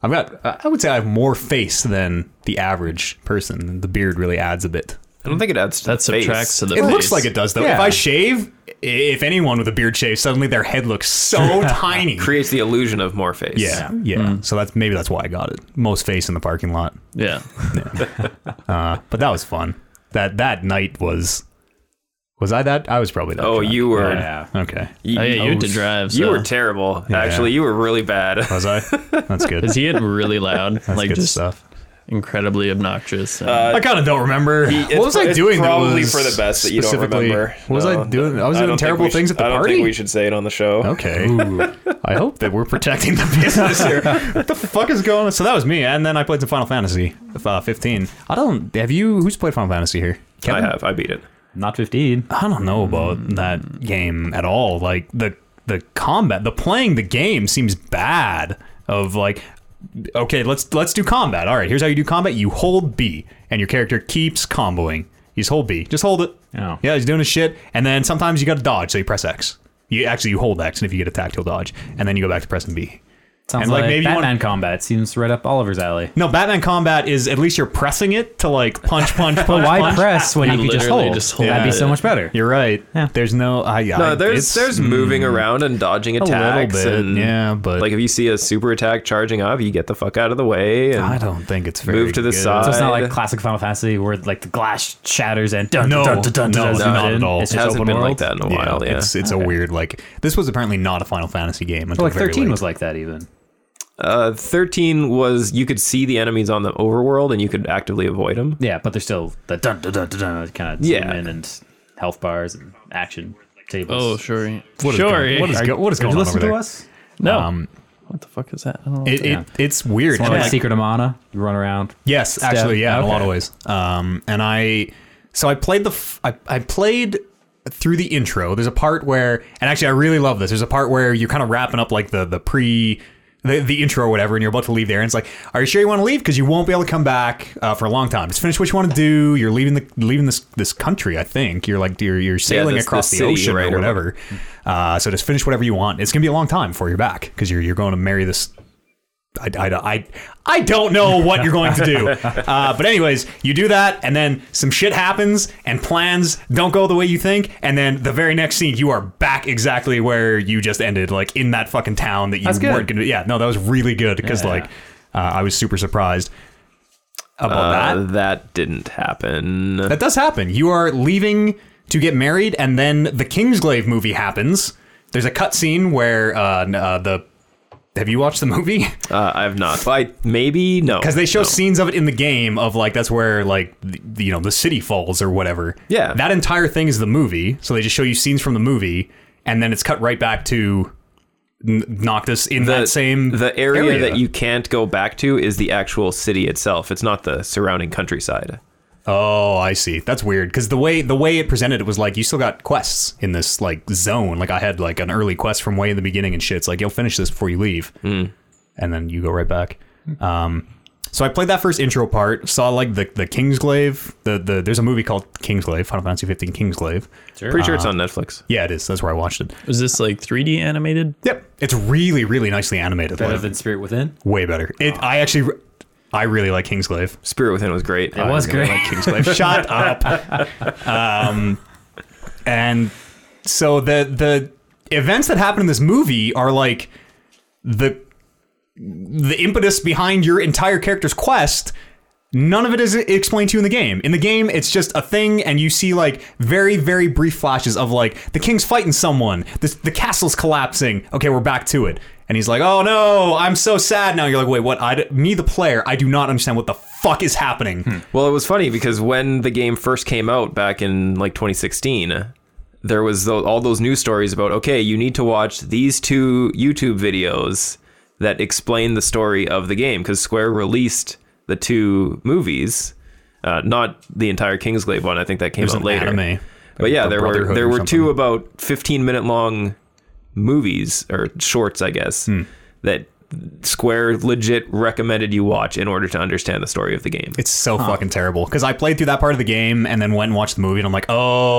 I've got. I would say I have more face than the average person. The beard really adds a bit.
I don't think it adds to
That
the face.
subtracts to the.
It
face.
looks like it does though.
Yeah.
If I shave, if anyone with a beard shaves, suddenly their head looks so tiny.
creates the illusion of more face.
Yeah, yeah.
Hmm.
So that's maybe that's why I got it. Most face in the parking lot,
Yeah.
but that was fun. That that night was. Was I that? I was probably that.
Oh,
drunk.
you were
yeah.
Okay.
you,
Oh, yeah, you had to
oh,
drive,
You
so-
were terrible. Actually, you were really bad.
Was I? That's good.
Is he getting really loud? like
good
just
stuff. Uh,
incredibly obnoxious. and-
I kind of don't remember.
Uh, It's
what was
pro-
I
it's
doing? that
Probably
was
for the best that you don't
specifically-
remember.
What was
No,
I doing? I was
don't
doing
think
terrible
we
things at
should-
the
I don't
party.
think we should say it on the show.
Okay. I hope that we're protecting the business here. what the fuck is going on? So that was me, and then I played some Final Fantasy uh, 15. I don't. Have you? Who's played Final Fantasy here?
I
Kevin?
have. I beat it.
not fifteen. Hmm.
I don't know about that game at all. Like the the combat, the playing the game seems bad. Of like, okay, let's let's do combat. All right, here's how you do combat. You hold B, and your character keeps comboing. You just hold B. Just hold it.
Oh.
Yeah, he's doing his shit, and then sometimes you got to dodge, so you press X. You actually you hold X, and if you get attacked, you'll dodge, and then you go back to pressing B.
Sounds
And, like,
like,
maybe you wanna-
Batman combat seems right up Oliver's alley.
No, Batman combat is at least you're pressing it to like punch, punch, punch.
But why
punch.
press when you,
You
could just
literally
hold?
just hold
That'd be
it.
so much better.
You're right.
Yeah.
There's no. I, I,
No,
it's
Uh,
mm,
there's there's moving around and dodging
little
attacks.
bit,
and
yeah, but-
like if you see a super attack charging up, you get the fuck out of the way. And
I don't think it's very
Move to the
good.
side.
So it's not like
I'd-
classic Final Fantasy where like the glass shatters and dun,
No,
dun, dun, dun,
no,
dun,
it's
dun,
not
dun.
at all.
It's
it
just
hasn't
open
been like
world?
that in a while. Yeah,
it's it's a weird like this was apparently not a Final Fantasy game until
Like
very
thirteen
late.
was like that even.
uh, thirteen was you could see the enemies on the overworld and you could actively avoid them.
Yeah, but there's still the dun dun dun dun, dun kind of
Yeah.
zoom in and health bars and action
Oh,
tables.
sure.
What is
sure.
going- what is go- what is
Did
going
you
on
listen
over
to
there?
us?
no.
Um,
what the fuck is that? I don't know.
it,
Yeah.
it it's weird.
One
And
like
I-
Secret of Mana, you run around.
Yes, actually, yeah, in a lot of
Okay.
ways. Um, and I, so I played the, f- I, I played through the intro. There's a part where, and actually, I really love this. There's a part where you're kind of wrapping up like the the pre. The, the intro or whatever, and you're about to leave there, and it's like, are you sure you want to leave? Because you won't be able to come back uh, for a long time. Just finish what you want to do. You're leaving the leaving this this country, I think. You're like you're, you're sailing
this-
across
this
the
city,
ocean
right,
or
or
whatever. Uh, so just finish whatever you want. It's gonna be a long time before you're back because you're you're going to marry this I, I, I, I don't know what you're going to do. Uh, but, anyways, you do that, and then some shit happens, and plans don't go the way you think. And then the very next scene, you are back exactly where you just ended, like in that fucking town that you
That's good.
weren't going to. Yeah, no, that was really good because,
Yeah.
like, uh, I was super surprised about
Uh,
that.
that didn't happen.
That does happen. You are leaving to get married, and then the Kingsglaive movie happens. There's a cutscene where uh, n- uh, the. Have you watched the movie?
Uh, I've not. By maybe no,
because they show
No.
scenes of it in the game of like that's where like the, the- you know the city falls or whatever.
Yeah.
that entire thing is the movie. So they just show you scenes from the movie, and then it's cut right back to N- Noctis in that same
the area, that you can't go back to is the actual city itself. It's not the surrounding countryside.
Oh, I see. That's weird because the way the way it presented it was like you still got quests in this like zone. Like I had like an early quest from way in the beginning and shit. It's like you'll finish this before you leave,
Mm.
and then you go right back. Um, so I played that first intro part. Saw like the the Kingsglaive. The the there's a movie called Kingsglaive. Final Fantasy 15 Kingsglaive.
Pretty sure it's on Netflix.
Yeah, it is. That's where I watched it.
Was this like 3D animated?
Yep, it's really really nicely animated.
Better
like,
than Spirit Within.
way better. It I actually re- I really like Kingsglaive.
Spirit Within was great.
It was great.
Kingsglaive. Shut up. Um, and so the the events that happen in this movie are like the the impetus behind your entire character's quest. None of it is explained to you in the game. In the game, it's just a thing, and you see like very, very brief flashes of like the king's fighting someone, the, the castle's collapsing. Okay, we're back to it, and he's like, "Oh no, I'm so sad now." You're like, "Wait, what?" I, d- me, the player, I do not understand what the fuck is happening.
Well, it was funny because when the game first came out back in like 2016, there was tho- all those news stories about okay, you need to watch these two YouTube videos that explain the story of the game because Square released the two movies, uh, not the entire Kingsglaive one. I think that came
was
out
an
later.
anime.
But yeah, there were
Brotherhood
there
or
were
something.
two about 15 minute long movies or shorts, I guess,
Hmm.
that Square legit recommended you watch in order to understand the story of the game.
It's so fucking terrible because I played through that part of the game and then went and watched the movie and I'm like,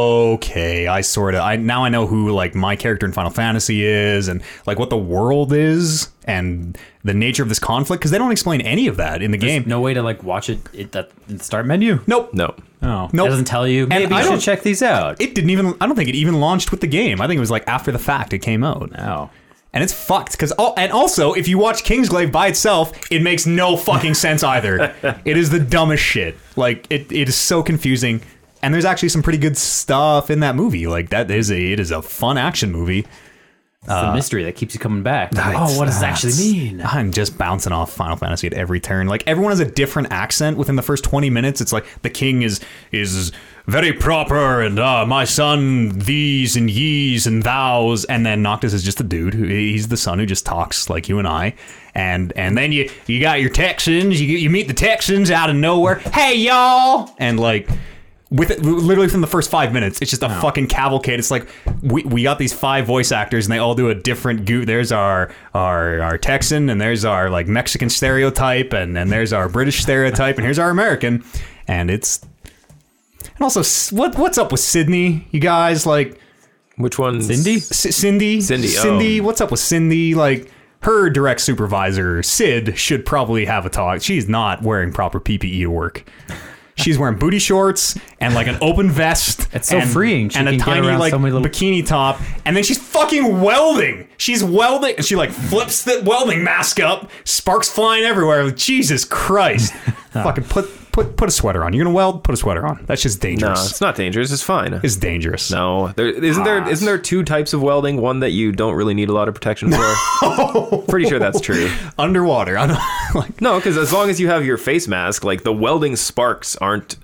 okay, I sort of I now I know who like my character in Final Fantasy is and like what the world is and the nature of this conflict because they don't explain any of that in the game.
No way to like watch it at that in the start menu.
nope,
no.
No,
Nope.
it doesn't tell you. Maybe
I
you
don't-
should check these out.
it didn't even. I don't think it even launched with the game. I think it was like after the fact it came out.
oh,
And it's fucked because all and also if you watch Kingsglaive by itself, it makes no fucking sense either. it is the dumbest shit. Like it, it is so confusing. And there's actually some pretty good stuff in that movie. Like that is a it is a fun action movie.
it's the mystery that keeps you coming back. oh, what does that actually mean?
I'm just bouncing off Final Fantasy at every turn. Like everyone has a different accent within the first 20 minutes. It's like the king is is very proper and uh, my son these and yees and thous and then Noctis is just a dude who he's the son who just talks like you and I. And and then you you got your Texans, you you meet the Texans out of nowhere. Hey y'all. And like with literally from the first five minutes, it's just a fucking cavalcade. It's like we, we got these five voice actors and they all do a different goo. There's our our our Texan and there's our like Mexican stereotype and and there's our British stereotype and here's our American, and it's and also S- what what's up with Sydney? You guys like
Which one's
Cindy?
C- Cindy,
Cindy, oh.
Cindy. What's up with Cindy? Like her direct supervisor, Sid, should probably have a talk. She's not wearing proper PPE to work. She's wearing booty shorts and like an open vest.
It's so
and,
freeing. She
and a
can get
tiny
around
like
so many little-
bikini top. And then she's fucking welding. She's welding. and She like flips the welding mask up. Sparks flying everywhere. Like, Jesus Christ! fucking put put put a sweater on. You're gonna weld. Put a sweater on. That's just
No,
dangerous.
it's not dangerous. It's fine.
It's Ah. dangerous.
no, there isn't there isn't there two types of welding? One that you don't really need a lot of protection for. Pretty sure that's true.
Underwater. I don't like.
No, because as long as you have your face mask, like the welding sparks aren't.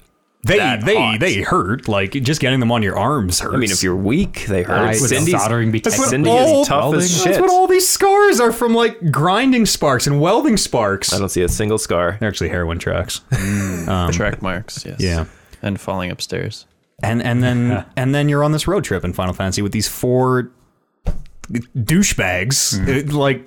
they
that
they
hot.
they hurt. Like just getting them on your arms hurts.
I mean, if you're weak, they hurt.
I would
Cindy's
soldering be
That's what
Cindy
all-
is tough as
that's
shit.
what all these scars are from, like grinding sparks and welding sparks.
I don't see a single scar.
They're actually heroin tracks.
Track marks, yes.
Um, yeah.
And falling upstairs.
And and then and then you're on this road trip in Final Fantasy with these four douchebags.
Mm-hmm.
It, like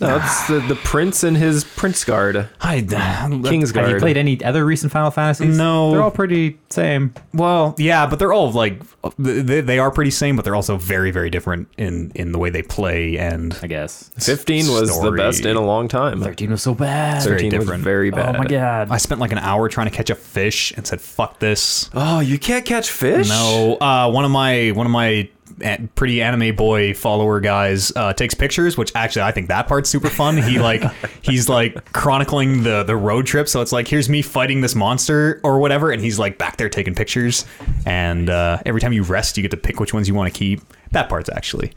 No, it's the, the prince and his prince guard,
I
king's
Have you
guard.
played any other recent Final Fantasies?
No.
They're all pretty same.
Well, yeah, but they're all like they, they are pretty same, but they're also very very different in in the way they play and
I guess.
Fifteen was the
story.
best in a long time.
13 was so bad.
Very
Thirteen was
different.
very
Oh
bad.
my god.
I spent like an hour trying to catch a fish and said, "Fuck this."
Oh, you can't catch fish?
No, uh, one of my one of my a- pretty anime boy follower guys uh, takes pictures, which actually I think that part's super fun. He like he's like chronicling the the road trip, so it's like here's me fighting this monster or whatever, and he's like back there taking pictures. And uh, every time you rest, you get to pick which ones you want to keep. That part's actually.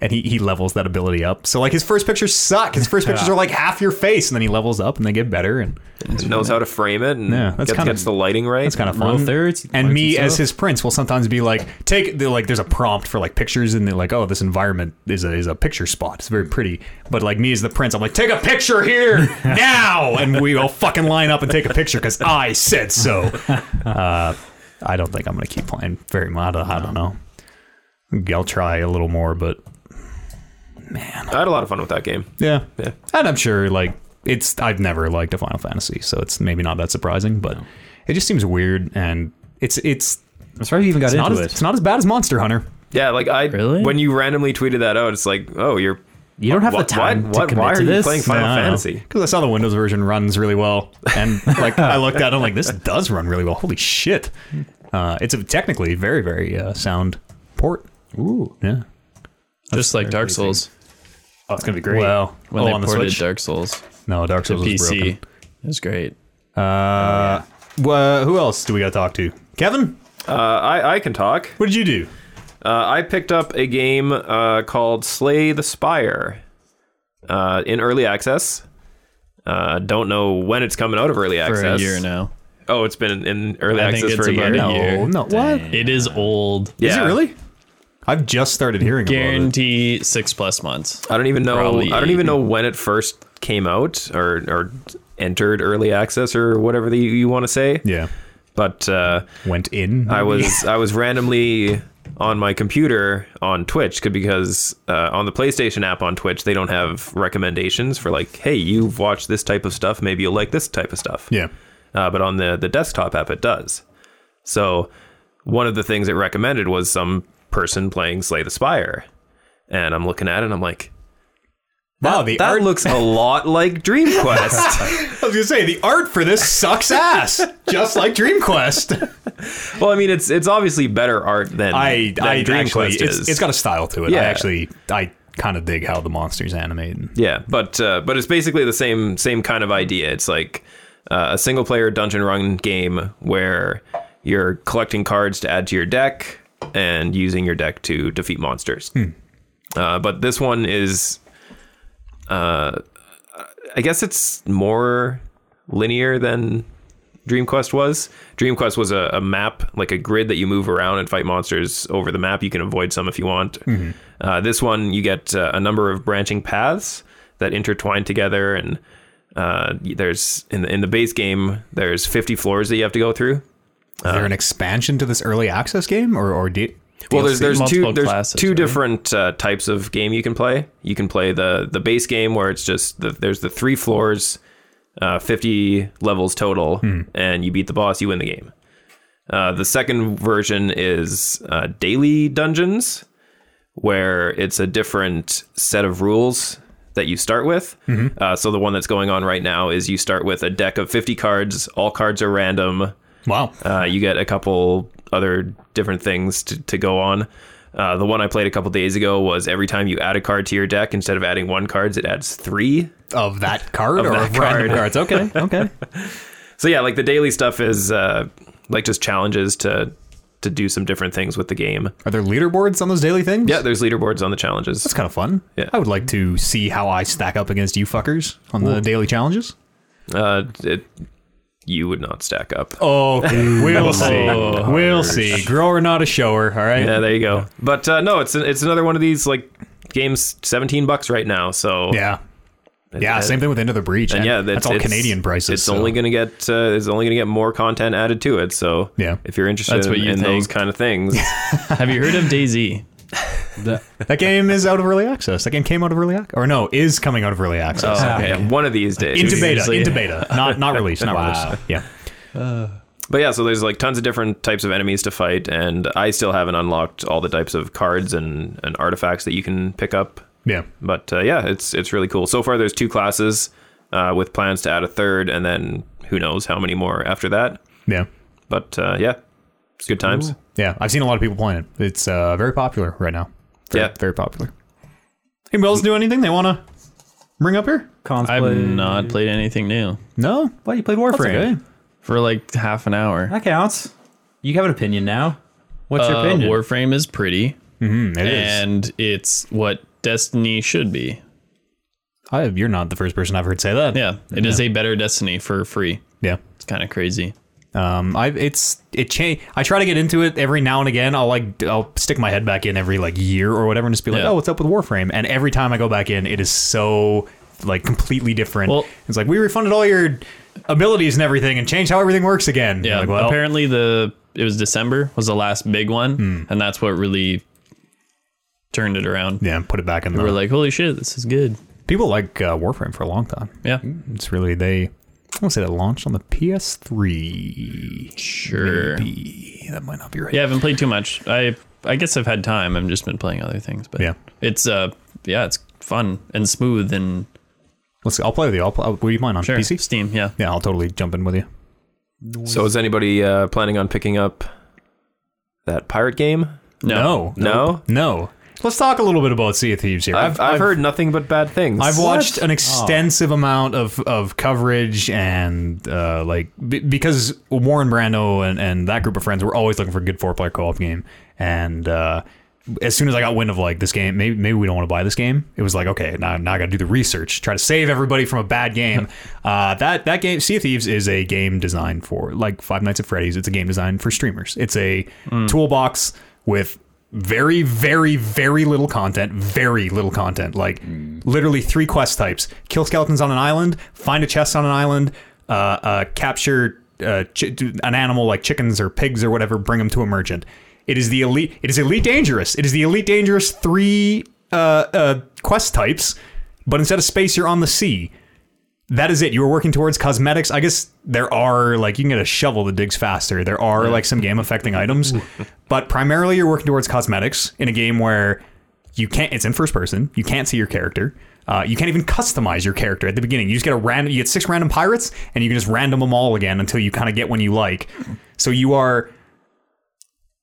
And he, he levels that ability up. So like his first pictures suck. His first pictures are like half your face, and then he levels up and they get better. And
It knows how to frame it and
Yeah, that's
gets,
kinda-
gets the lighting right.
it's kind of
Roll
fun.
thirds,
and
points
me
and
as
stuff.
his prince will sometimes be like, take they're like there's a prompt for like pictures, and they're like, oh, this environment is a is a picture spot. It's very pretty. But like me as the prince, I'm like, take a picture here now, and we all fucking line up and take a picture because I said so. Uh, I don't think I'm gonna keep playing very much. I don't know. I'll try a little more, but
I had a lot of fun with that game.
yeah,
Yeah.
and I'm sure like it's I've never liked a Final Fantasy, so it's maybe not that surprising, but it just seems weird and. It's it's
I'm surprised you even got
it's not,
into
as,
it.
it's not as bad as Monster Hunter.
Yeah, like I
Really?
when you randomly tweeted that out, it's like, oh, you're
you don't have
why,
the time
why,
to
why-
commit
why are
to
you
this.
playing Final
I don't know.
Fantasy?
Because I saw the Windows version runs really well, and like I looked at, it, I'm like, this does run really well. Holy shit! Uh, it's a technically very very uh, sound port. Ooh, yeah.
Just like Dark Souls.
Oh, it's gonna be great.
Well,
When
oh,
they
on the
ported
Switch,
Dark Souls
no, Dark
to
Souls is
PC,
broken.
it was great.
Uh, wha- who else do we got to talk to? Kevin,
Uh, I I can talk.
what did you do?
Uh, I picked up a game uh, called Slay the Spire uh, in early access. Uh, don't know when it's coming out of early
For
access.
a year now.
Oh, it's been in early
I think
access
it's
for a year.
about a year.
no, what?
It is old.
Yeah.
Is it really? I've just started hearing about it.
Guarantee six plus months.
I don't even know.
Probably
I don't even know when it first came out or or entered early access or whatever the, you want to say.
Yeah,
But uh,
went in.
I was I was randomly on my computer on Twitch 'cause- because uh, on the PlayStation app on Twitch they don't have recommendations for like, hey, you've watched this type of stuff, maybe you'll like this type of stuff.
yeah.
Uh, but on the the desktop app it does. So one of the things it recommended was some person playing Slay the Spire, and I'm looking at it and I'm like,
Wow, the
that
art
looks a lot like Dream Quest.
I was gonna say the art for this sucks ass, just like Dream Quest.
well, I mean it's it's obviously better art than
I,
than
I
Dream
actually,
Quest
it's,
is.
it's got a style to it.
Yeah.
I actually, I kind of dig how the monsters animate. and-
Yeah, but uh, but it's basically the same same kind of idea. It's like uh, a single player dungeon run game where you're collecting cards to add to your deck and using your deck to defeat monsters. Uh, but this one is, uh, I guess it's more linear than Dream Quest was. Dream Quest was a, a map, like a grid that you move around and fight monsters over the map. You can avoid some if you want. Uh, this one, you get uh, a number of branching paths that intertwine together, and uh, there's in the, in the base game, there's 50 floors that you have to go through,
Is there an expansion to this early access game, or or do?
Well, there's there's two
Multiple
there's
classes,
two
right?
different uh, types of game you can play. You can play the the base game where it's just the, there's the three floors, uh, fifty levels total,
Hmm.
and you beat the boss, you win the game. Uh, the second version is uh, daily dungeons, where it's a different set of rules that you start with.
Mm-hmm.
Uh, so the one that's going on right now is you start with a deck of fifty cards. All cards are random.
Wow,
Uh, you get a couple other different things to, to go on. Uh, the one I played a couple days ago was every time you add a card to your deck, instead of adding one cards, it adds three.
of that card or
that
of random
card.
cards? Okay,
Okay.
So yeah, like the daily stuff is uh, like just challenges to to do some different things with the game.
are there leaderboards on those daily things?
Yeah, there's leaderboards on the challenges.
that's kind of fun.
Yeah.
I would like to see how I stack up against you fuckers on the daily challenges.
Uh, it, you would not stack up.
Oh, we'll see. We'll see. Grower, not a shower. All right.
Yeah, there you go. But uh, no, it's it's another one of these like games, seventeen bucks right now. So
Yeah. Yeah,
it-
same thing with Into the Breach.
and yeah,
that's, all
it's-
Canadian prices.
It's
so-
only going to get uh, it's only going to get more content added to it. So
Yeah.
if you're interested
That's what
in,
you
in those
think.
kind of things,
Have you heard of DayZ?
The-
that game is out of early access. That game came out of early access, or no, is coming out of early access
uh, Oh, yeah, one of these days.
into beta.
Seriously.
Into beta, not not released, not released. Yeah,
But yeah, so there's like tons of different types of enemies to fight, and I still haven't unlocked all the types of cards and, and artifacts that you can pick up.
yeah.
But uh, yeah, it's it's really cool. So far, there's two classes uh, with plans to add a third, and then who knows how many more after that.
Yeah.
But uh, yeah, it's good times.
Yeah. I've seen a lot of people playing it. It's uh, very popular right now. Very,
Yeah.
Very popular. Anybody else do anything they want to bring up here?
Cons
I've
played-
not played anything new
No.
Well, you played Warframe.
okay.
for like half an hour.
That counts. You have an opinion now. What's your
Uh,
opinion?
Warframe is pretty,
Mm, it is.
and it's what Destiny should be.
I, you're not the first person I've heard say that.
Yeah, it is a better Destiny for free.
Yeah.
It's kind of crazy.
Um, I it's it change. I try to get into it every now and again. I'll like I'll stick my head back in every like year or whatever, and just be like,
Yeah.
oh, what's up with Warframe? And every time I go back in, it is so like completely different.
Well-
it's like we refunded all your abilities and everything, and changed how everything works again.
Yeah,
Like, well,
apparently the it was December was the last big one,
Hmm.
and that's what really turned it around.
yeah, put it back in. The,
We're like, holy shit, this is good.
people like uh, Warframe for a long time.
Yeah,
It's really they. I want to say that launched on the PS3.
sure.
Maybe. That might not be right.
Yeah, I haven't played too much. I I guess I've had time. I've just been playing other things, but
Yeah.
it's uh yeah, it's fun and smooth and
Let's. I'll play with you. I'll. Play, will you mind on
sure,
PC?
Steam. Yeah,
Yeah, I'll totally jump in with you.
So is anybody uh, planning on picking up that pirate game?
No.
No.
No. Let's talk a little bit about Sea of Thieves here.
I've, I've, heard nothing but bad things.
I've watched an extensive amount of, of coverage and uh, like b- because Warren Brando and, and that group of friends were always looking for a good four player co op game and uh, as soon as I got wind of like this game maybe maybe we don't want to buy this game it was like okay now, now I got to do the research try to save everybody from a bad game uh, that that game Sea of Thieves is a game designed for like Five Nights at Freddy's it's a game designed for streamers it's a toolbox with very very very little content very little content like literally three quest types kill skeletons on an island find a chest on an island uh, uh, capture uh, chi- an animal like chickens or pigs or whatever bring them to a merchant it is the elite it is elite dangerous it is the elite dangerous three uh, uh, quest types but instead of space you're on the sea that is it. You were working towards cosmetics. I guess there are like you can get a shovel that digs faster. There are like some game affecting items, but primarily you're working towards cosmetics in a game where you can't. It's in first person. You can't see your character. Uh, you can't even customize your character at the beginning. You just get a random. You get six random pirates, and you can just random them all again until you kind of get one you like. So you are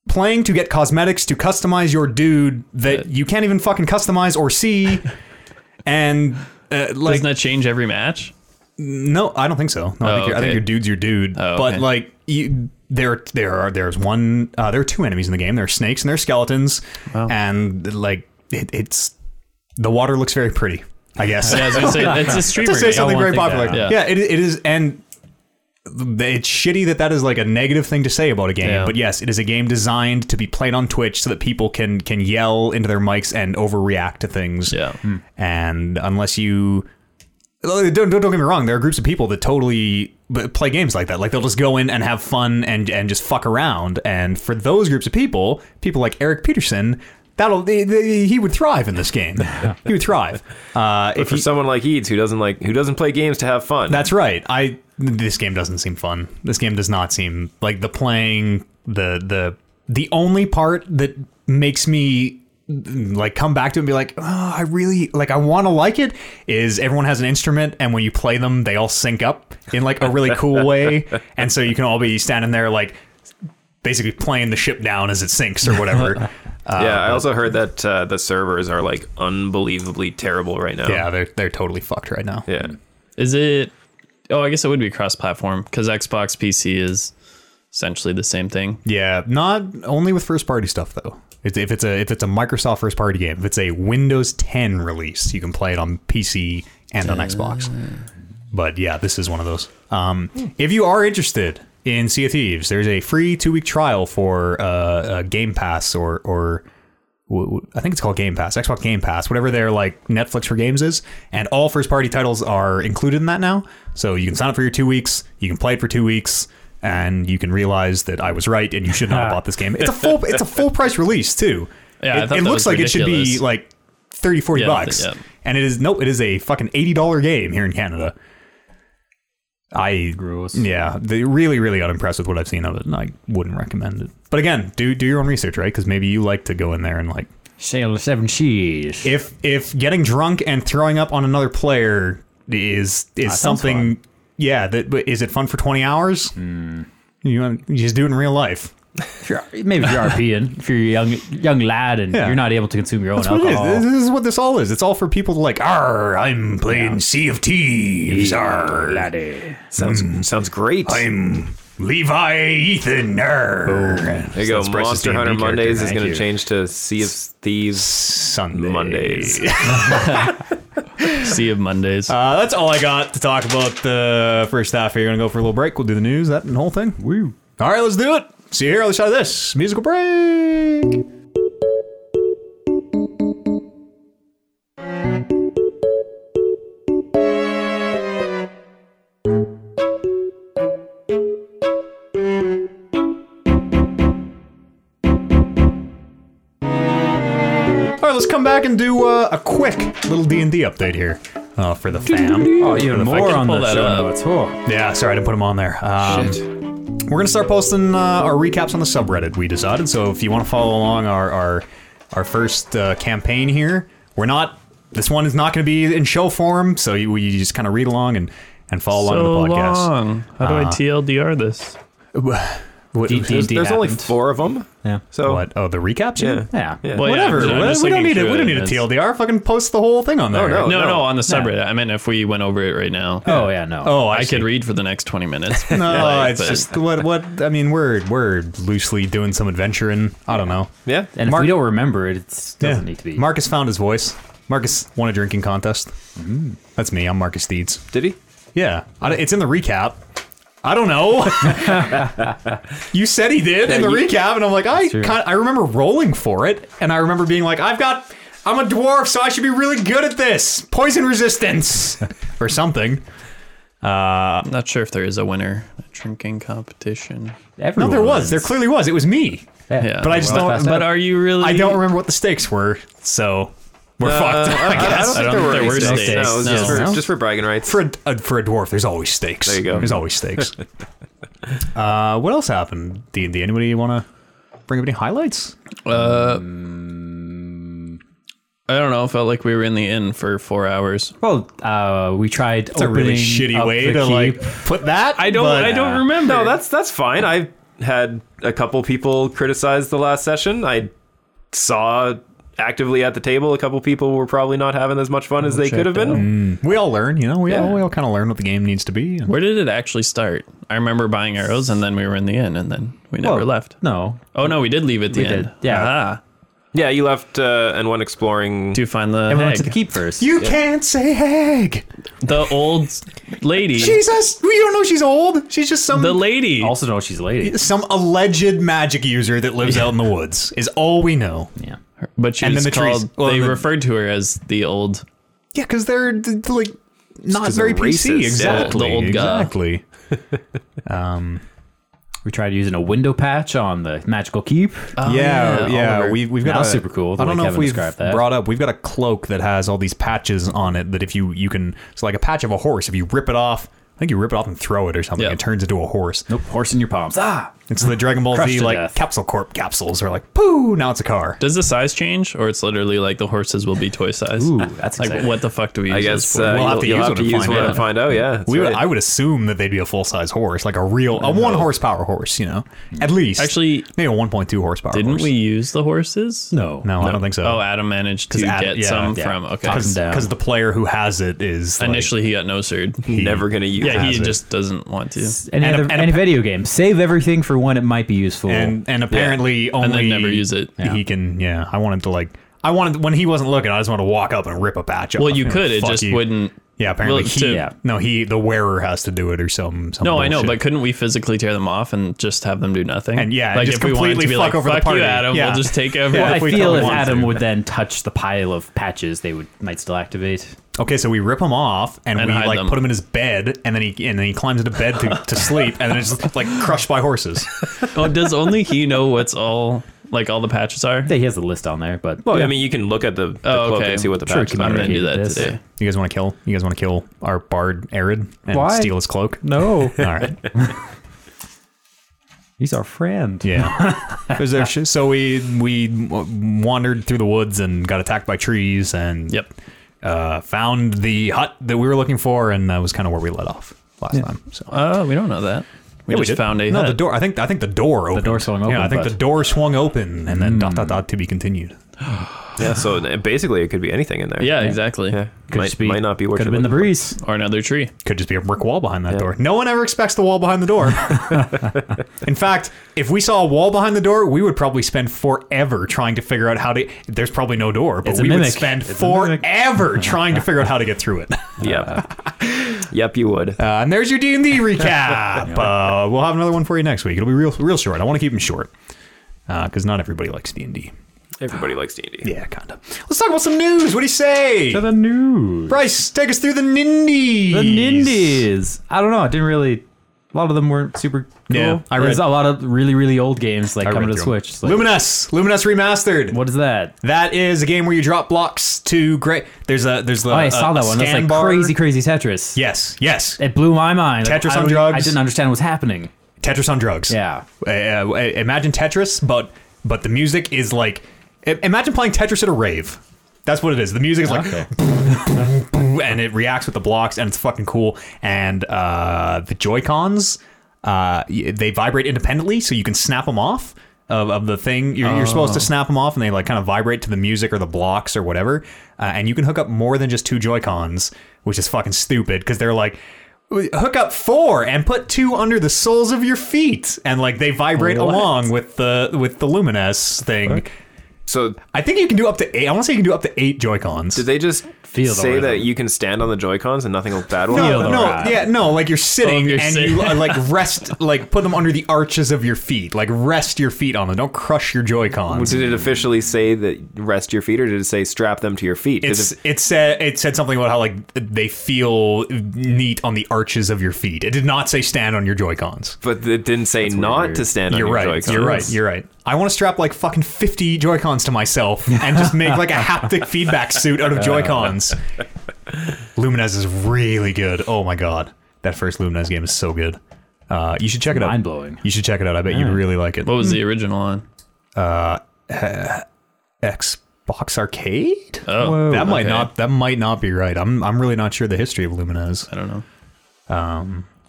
playing to get cosmetics to customize your dude that you can't even fucking customize or see, and. Uh, like
doesn't that change every match?
no, I don't think so. No, I, think your, I
Oh, okay. Oh,
think your dude's your dude. But
okay.
like you, there, there are there's one. Uh, there are two enemies in the game. There are snakes and there are skeletons, and like it, it's the water looks very pretty. I guess
Yeah, I was gonna say, it's a streamer.
to say
game.
something
one
very
thing
popular.
down.
Yeah,
Yeah.
it, it is, and it's shitty that that is like a negative thing to say about a game.
Yeah.
But yes, it is a game designed to be played on Twitch so that people can can yell into their mics and overreact to things.
Yeah.
and unless you Like, Don't, don't, don't get me wrong. There are groups of people that totally b- play games like that. Like they'll just go in and have fun and and just fuck around. And for those groups of people, people like Eric Peterson, that'll they, they, he would thrive in this game. he would thrive. Uh, if
For
you,
someone like Eads who doesn't like who doesn't play games to have fun.
that's right. I this game doesn't seem fun. This game does not seem like the playing the the the only part that makes me like come back to it and be like, oh, I really like I want to like it is everyone has an instrument and when you play them they all sync up in like a really cool way and so you can all be standing there like basically playing the ship down as it sinks or whatever.
yeah, I also heard that uh, the servers are like unbelievably terrible right now.
yeah, they're they're totally fucked right now.
Yeah.
Is it? Oh, I guess it would be cross-platform because Xbox PC is essentially the same thing.
Yeah, not only with first party stuff though. It's, if it's a if it's a Microsoft first party game, if it's a Windows 10 release, you can play it on PC and on Xbox. But yeah, this is one of those. Um, if you are interested in Sea of Thieves, there's a free two week trial for uh, a Game Pass or or w- w- I think it's called Game Pass, Xbox Game Pass, whatever their like Netflix for games is, and all first party titles are included in that now. So you can sign up for your two weeks, you can play it for two weeks, and you can realize that I was right and you should not have bought this game. It's a full it's a full price release too.
Yeah, I
it,
thought
it
that
looks
was
like it should be
ridiculous.
like 30 40
Yeah,
bucks.
yeah.
And it is no, it is a fucking $80 game here in Canada. I
Gross.
Yeah, they really, really unimpressed with what I've seen of it, and I wouldn't recommend it. But again, do do your own research, right? Because maybe you like to go in there and like
Shale seven cheese.
if if getting drunk and throwing up on another player is is
sounds
something. Yeah, that but is it fun for twenty hours? You, want- you just do it in real life.
If you're- maybe if you're RPing, if you're a young young lad and
Yeah.
you're not able to consume your own
That's what
alcohol,
it is. This is what this all is. It's all for people to like. Arr, I'm playing Sea of Thieves. Arr,
laddie.
Sounds
Hmm.
sounds great.
I'm Levi Ethan. Arr.
there you go.
Oh. That's Bryce's
Monster
D&D
Hunter
character.
Mondays is
Thank
going
you.
to change to Sea of Thieves
Sunday.
Mondays.
Sea of Mondays.
Uh, that's all I got to talk about the first half here. Gonna go for a little break. We'll do the news, that and the whole thing. Woo. All right, let's do it. See you here on the other side of this musical break. All right, let's come back and do uh, a quick little D and D update here uh, for the fam.
Oh, even more on
pull
the
that
show
up.
notes. Oh.
Yeah, sorry I didn't put them on there. Um, We're gonna start posting uh, our recaps on the subreddit. We decided. So if you want to follow along our our our first uh, campaign here, we're not. This one is not gonna be in show form, so you, you just kind of read along and and follow
so
along in the podcast. Uh,
long. How do I TLDR this?
What,
D- D-
There's, there's only
happened.
four of them.
Yeah.
So
what? Oh, the recaps. you
Yeah.
mean?
Yeah.
Yeah.
Well, yeah,
Whatever.
I'm
we,
just
we don't
looking
need it.
through
We don't
it
need a
and it's-
TLDR. Fucking post the whole thing on there.
no.
No, no, on the subreddit. I meant if we went over it right now.
Oh yeah, no.
Oh, I,
I
see.
could read for the next 20 minutes.
No,
Like,
it's
but-
just what what I mean. We're we're loosely doing some adventuring. I don't know.
Yeah.
and
Mark-
if we don't remember it, it doesn't need to be.
Marcus found his voice. Marcus won a drinking contest. That's me. I'm Marcus Deeds.
Did he?
Yeah, I, it's in the recap. I don't know. you said he did in the
you-
recap, and I'm like, I kind I remember rolling for it, and I remember being like, I've got, I'm a dwarf, so I should be really good at this poison resistance or something.
I'm not sure if there is a winner a drinking competition.
No,
Everyone
there was. There clearly was. It was me,
Yeah.
Yeah.
but I just
Well,
don't.
that's
But
But are you really?
I don't remember what the stakes were, so we're fucked.
Uh, I,
I guess.
I
I
don't think
don't
there
think
were
there were
stakes. No,
stakes.
it was just,
No.
for, just for bragging rights.
for a, a- for a dwarf, there's always stakes. There
you go.
There's always stakes. uh, what else happened? D and D. Anybody want to bring up any highlights?
uh,
Mm.
I don't know. It felt like we were in the inn for four hours.
Well, uh, we tried
It's a really
opening
shitty
up
way
the
to like
keep.
put that.
I don't.
but- uh,
I don't
uh,
remember. No, that's that's fine. I had a couple people criticize the last session. I saw actively at the table a couple people were probably not having as much fun as they
check
could have
that
been.
We all learn, you know. We all
Yeah.
we all kind of learn what the game needs to be. and-
Where did it actually start? I remember buying arrows and then we were in the inn and then we never
Well,
left.
No,
Oh, no, we did leave at the
We
end.
did, yeah.
Aha.
Yeah, you left uh, and went exploring.
To find the
everyone went to
hag.
the keep first.
You can't say hag.
the old lady.
Jesus, you don't know she's old. She's just some
the lady.
also know she's a lady.
some alleged magic user that lives out in the woods. Is all we know.
Yeah.
But she
And
was
then the trees.
called.
Well,
they
the-
referred to her as the old.
Yeah, because they're d- d- like not
'cause they're
very PC.
racist. Yeah,
Exactly.
the old guy.
exactly.
We tried using a window patch on the magical keep.
yeah, yeah.
yeah,
Oliver.
We've we've got
That
a,
was super cool, the
I don't
way
know if
Kevin
we've
described that.
brought up. We've got a cloak that has all these patches on it that if you you can it's like a patch of a horse. If you rip it off, I think you rip it off and throw it or something.
Yeah.
It turns into a horse.
nope, horse in your palms. Ah,
And so the Dragon Ball
Crushed
Z
to
like
death.
capsule corp capsules are like poo. Now it's a car.
Does the size change, or it's literally like the horses will be toy size?
Ooh, that's
like
exciting.
what the fuck do we?
I
use
guess
this for?
uh,
We'll have
you'll,
to
you'll
use
have
one to
to use
find
one
out.
and find out. Yeah, that's
We would,
right.
I would assume that they'd be a full size horse, like a real a one horsepower horse. You know, at least
Actually-
maybe a one point two horsepower.
Didn't
horse.
we use the horses?
no,
No, I don't think so.
Oh, Adam managed to
'Cause Ad-
get
yeah,
some
yeah.
from. Okay.
Talk 'em down.
because the player who has it is like,
Initially, he got no cerd.
never gonna use.
Yeah,
it.
he
hazard.
just doesn't want to.
And
Any,
a-
other,
and a-
any video game. Save everything for one it might be useful.
and and apparently only
And then never use it.
He can yeah. I wanted to like I wanted when he wasn't looking. I just wanted to walk up and rip a patch off.
Well, you
and
could. It
fuck
just
you.
wouldn't.
Yeah, apparently
Well,
he.
to-
Yeah.
No, he the wearer has to do it or some. some
No, I know, but
bullshit.
couldn't we physically tear them off and just have them do nothing?
And yeah, and
like
just
if we wanted to
completely
be
fuck
like,
over the
"Fuck
party."
you, Adam.
Yeah.
We'll just take over.
Yeah.
I
if we
feel
don't
if
want
Adam
to.
would then touch the pile of patches, they would might still activate.
okay, so we rip him off and,
And
we
hide
like
them.
put him in his bed and then he and then he climbs into bed to, to sleep and then it's just like crushed by horses.
Oh, does only he know what's all like all the patches are?
Yeah, He has a list on there, but
Well, I mean, you can look at the, the
Oh,
cloak
okay.
and see what the
Sure,
patch is.
keep I'm gonna do that
This.
today.
You guys want to kill? You guys want to kill our bard Arid and
Why?
steal his cloak?
no,
All right.
he's our friend.
Yeah. Is there sh- so we we w- wandered through the woods and got attacked by trees and
Yep.
uh, found the hut that we were looking for and that was kind of where we let off last time. So
Uh,
Oh, we don't know that. We
Yeah,
just
did.
found a
no the
hut.
door. I think I think the door opened.
door swung
Yeah, I
open,
think
but- Mm.
the door swung open and then dot dot dot to be continued.
Yeah, so uh, basically, it could be anything in there.
Yeah, exactly.
yeah.
Could
might
just be-
might not be what
Could
you're
have been the
looking
breeze.
Or another tree.
Could just be a brick wall behind that door. No one ever expects the wall behind the door. In fact, if we saw a wall behind the door, we would probably spend forever trying to figure out how to. There's probably no door, but
It's a
we would
mimic.
spend
It's a mimic.
forever trying to figure out how to get through it.
for. Yep. yep, you would.
Uh, and there's your D and D recap. uh, we'll have another one for you next week. It'll be real, real short. I want to keep them short because not everybody likes D and D.
Everybody likes D&D.
Yeah, kinda. Let's talk about some news. What do you say?
the news.
Bryce, take us through the Nindies.
The Nindies. I don't know. I didn't really. A lot of them weren't super cool.
Yeah, I
There's
read-
a lot of really, really old games like
I
coming
read
to the
through Uh, 'em.
Switch. It's like,
Luminous, Luminous remastered.
what is that?
That is a game where you drop blocks to great. There's a there's a,
Oh, I
a-
saw
a
that one. That's
scan
like
bar.
crazy, crazy Tetris.
Yes, yes.
It blew my mind. Like,
Tetris
I
on
don't-
drugs.
I didn't understand what's happening.
Tetris on drugs.
Yeah.
Uh, uh, imagine Tetris, but but the music is like i- imagine playing Tetris at a rave. That's what it is. The music is like
Uh-huh.
and it reacts with the blocks and it's fucking cool and uh, the joy cons uh, y- they vibrate independently so you can snap them off of, of the thing you're, you're supposed to snap them off and they like kind of vibrate to the music or the blocks or whatever uh, and you can hook up more than just two joy cons which is fucking stupid because they're like hook up four and put two under the soles of your feet and like they vibrate
What?
along with the with the luminous thing
So
i think you can do up to eight i want to say you can do up to eight joy cons
did they just
Feel the
say that
rhythm.
you can stand on the Joy-Cons and nothing will bad will
No,
happen?
the
no,
ride.
yeah, no. Like you're sitting
you're
and
sitting.
you uh, like rest, like put them under the arches of your feet. Like rest your feet on them. Don't crush your Joy Cons.
Did it officially say that rest your feet, or did it say strap them to your feet? Did
It's
it,
it said it said something about how like they feel neat on the arches of your feet. It did not say stand on your Joy Cons.
but it didn't say not
weird.
to stand on
You're
your
right.
Joy-Cons.
You're right. You're right. I want to strap like fucking fifty Joy Cons to myself and just make like a haptic feedback suit out of Joy Cons. Lumines is really good. Oh my god, that first Lumines game is so good. Uh, you should check it out.
Mind-blowing.
You should check it out. I bet you'd really like it.
What was the original on?
Xbox Arcade?
Oh,
that might
okay.
not. That might not be right. I'm. I'm really not sure the history of Lumines.
I don't know.